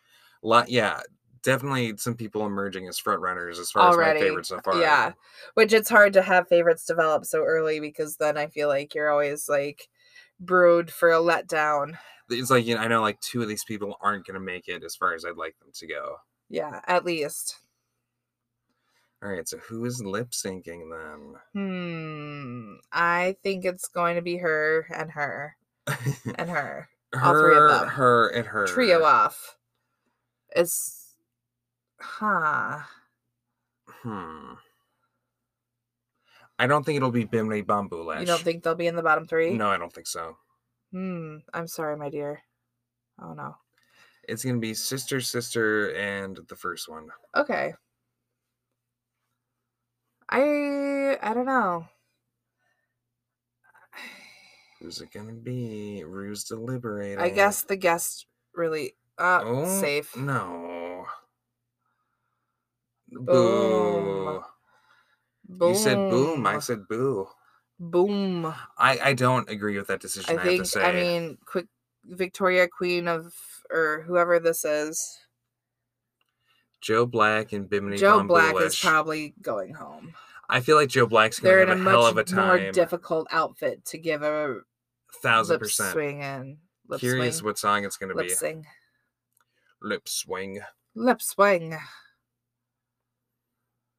B: lot yeah definitely some people emerging as front runners as far
A: Already,
B: as my favorites so far
A: yeah. Which it's hard to have favorites develop so early because then I feel like you're always like brewed for a letdown.
B: it's like you know, i know like two of these people aren't going to make it as far as i'd like them to go
A: Yeah, at least.
B: all right so who is lip syncing then
A: Hmm. I think it's going to be her and her and her.
B: her
A: All three of them.
B: her and her
A: trio off. It's huh.
B: hmm i don't think it'll be bimini bambulash
A: You don't think they'll be in the bottom three?
B: no i don't think so
A: Hmm. I'm sorry, my dear. Oh no.
B: It's gonna be sister, sister, and the first one.
A: Okay. I I don't know.
B: Who's it gonna be? Ruse deliberating. Oh,
A: I guess the guest really uh safe.
B: No.
A: Boom.
B: Boo. You said boom. I said boo.
A: boom.
B: I, I don't agree with that decision.
A: I
B: I, have to
A: think
B: say.
A: I mean quick Victoria Queen of or whoever this is.
B: Joe Black and Bimini
A: Joe
B: Von
A: Black is
B: Boolish.
A: probably going home.
B: I feel like Joe Black's
A: They're
B: gonna
A: in a,
B: have a, hell
A: much
B: of a
A: more
B: time.
A: difficult outfit to give a
B: Thousand
A: lip
B: percent.
A: swing and lip
B: Curious
A: swing,
B: what song it's gonna
A: lip
B: be.
A: sing,
B: Lip swing.
A: lip swing.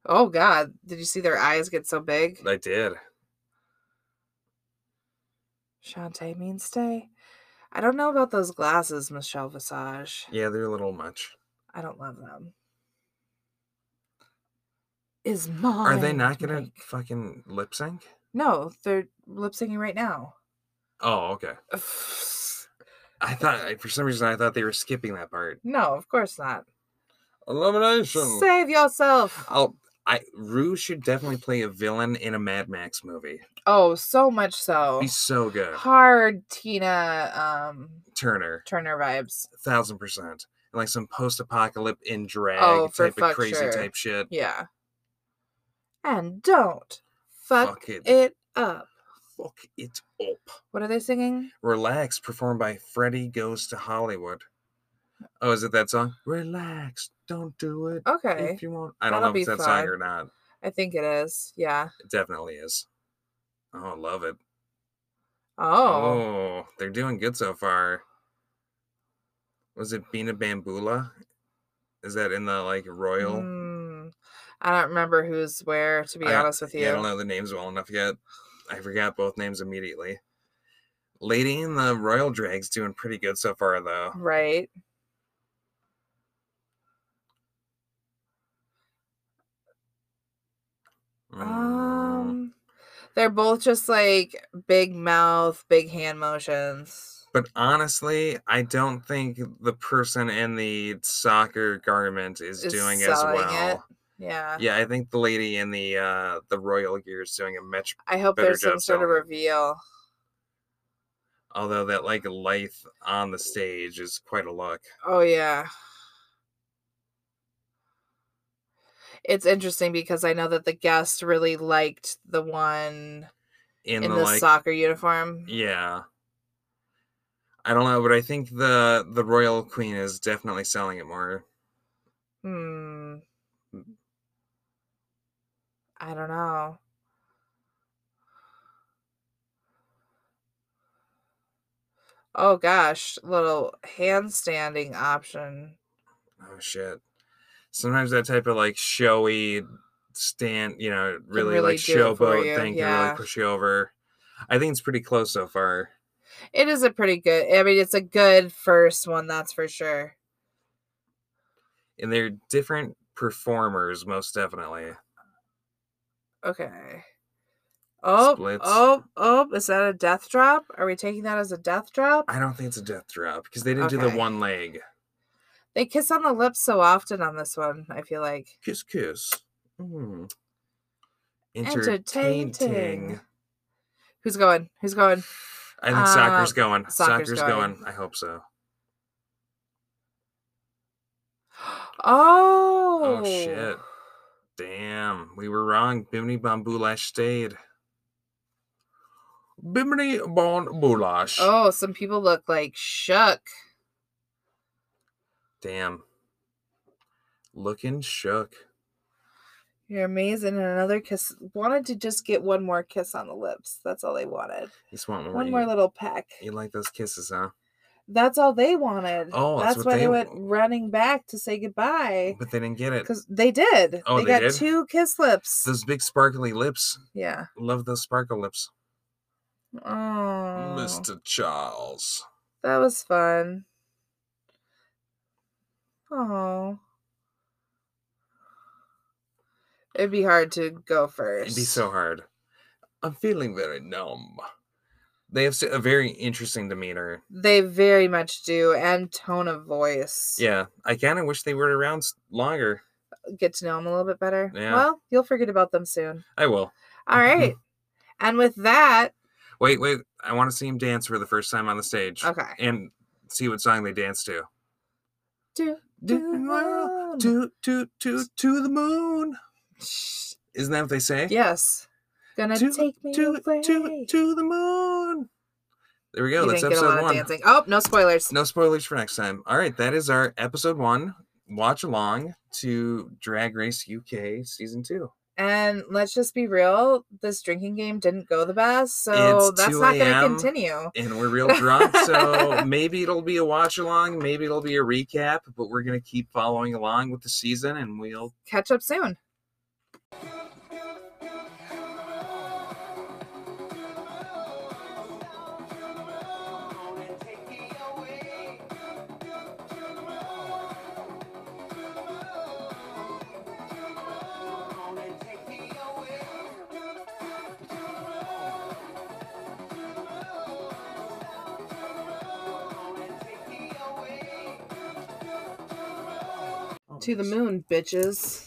A: Oh God! Did you see their eyes get so big?
B: I did.
A: Shantae means stay. I don't know about those glasses, Michelle Visage.
B: Yeah, they're a little much.
A: I don't love them. Is mine?
B: Are they not gonna
A: make-
B: fucking lip sync?
A: No, they're lip syncing right now.
B: Oh, okay. I thought I- for some reason I thought they were skipping that part.
A: No, of course not.
B: Elimination.
A: Save yourself.
B: I'll, I Rue should definitely play a villain in a Mad Max movie.
A: Oh, so much so.
B: Be so good.
A: Hard Tina um
B: Turner,
A: Turner vibes.
B: thousand percent. And like some post-apocalypse in drag
A: Oh, for
B: type of
A: fuck
B: crazy
A: sure.
B: type shit.
A: Yeah. And don't fuck,
B: Fuck it.
A: it up.
B: Fuck it up.
A: What are they singing?
B: Relax, performed by Freddie Goes to Hollywood. Oh, is it that song? Relax, don't do it
A: Okay.
B: if you want. I don't
A: That'll
B: know if it's
A: be
B: that song
A: fun.
B: or not.
A: I think it is. Yeah.
B: It definitely is. Oh, I love it.
A: Oh.
B: Oh, they're doing good so far. Was it Bina Bambula? Is that in the like royal?
A: Mm. I don't remember who's where, to be
B: I-
A: honest with you.
B: Yeah, I don't know the names well enough yet. I forgot both names immediately. Lady in the royal drag's doing pretty good so far, though.
A: Right.
B: Mm,
A: Um they're both just like big mouth, big hand motions.
B: but honestly, I don't think the person in the soccer garment is,
A: Is
B: doing as
A: selling it. Uh.
B: well.
A: Yeah.
B: Yeah, I think the lady in the uh the royal gear is doing a much
A: I hope
B: Better
A: there's some
B: job
A: sort of
B: selling it.
A: reveal.
B: Although that like lithe on the stage is quite a look.
A: Oh yeah. It's interesting because I know that the guest really liked the one
B: In,
A: in,
B: the,
A: the
B: like
A: soccer uniform.
B: Yeah. I don't know, but I think the the royal queen is definitely selling it more.
A: Hmm. I don't know. Oh gosh, little handstanding option.
B: Oh shit. Sometimes that type of like showy stand, you know, really,
A: really
B: like
A: do it for
B: showboat
A: you,
B: thing can
A: yeah.
B: really push you over. I think it's pretty close so far.
A: It is a pretty good. I mean, it's a good first one, that's for sure.
B: And they're different performers, most definitely.
A: Okay. Oh,
B: Splits.
A: oh, oh! Is that a death drop? Are we taking that as a death drop?
B: I don't think it's a death drop because they didn't do the
A: Okay.
B: one leg.
A: They kiss on the lips so often on this one, I feel like.
B: Kiss, kiss. Mm.
A: Entertaining.
B: Entertaining.
A: Who's going? Who's going?
B: I think soccer's
A: Um,
B: going.
A: soccer's
B: Soccer's,
A: going.
B: going. I hope so.
A: Oh.
B: shit. Damn, we were wrong. Bimini Bon Boulash stayed. Bimini Bon Boulash.
A: Oh, some people look like shook.
B: Damn. Looking shook.
A: You're amazing. And another kiss. Wanted to just get one more kiss on the lips. That's all they wanted.
B: He's wanting
A: One more
B: You,
A: little peck.
B: you like those kisses, huh?
A: That's all they wanted.
B: Oh, that's
A: that's,
B: what
A: why they,
B: they-
A: went running back to say goodbye.
B: But they didn't get it.
A: Because they did.
B: Oh,
A: they,
B: they
A: got
B: did?
A: two kiss lips.
B: Those big sparkly lips.
A: Yeah.
B: Love those sparkle lips.
A: Oh.
B: Mr. Charles.
A: That was fun. Oh. It'd be hard to go first.
B: It'd be so hard. I'm feeling very numb. They have s- a very interesting demeanor.
A: They very much do, and tone of voice.
B: Yeah, I kind of wish they were around s- longer.
A: Get to know them a little bit better.
B: Yeah. Mm-hmm.
A: Well, you'll forget about them soon.
B: I will.
A: All right. and with that,
B: Wait, wait. I want to see him dance for the first time on the stage
A: okay.
B: and see what song they dance to.
A: Do,
B: Do
A: do,
B: the world,
A: world.
B: to to to to the moon.
A: Shh.
B: Isn't that what they say?
A: Yes. Gonna
B: To-
A: take me
B: To
A: away.
B: to to the moon. There we go.
A: you
B: That's
A: didn't get a lot
B: episode
A: of
B: one.
A: dancing. Oh, no spoilers.
B: No spoilers for next time. All right, that is our episode one watch along to Drag Race UK season two.
A: And let's just be real, this drinking game didn't go the best, so
B: It's
A: that's
B: 2
A: not gonna
B: a.m..
A: continue.
B: And we're real drunk, so maybe it'll be a watch along, maybe it'll be a recap, but we're gonna keep following along with the season, and we'll
A: Catch up soon. To the moon, bitches.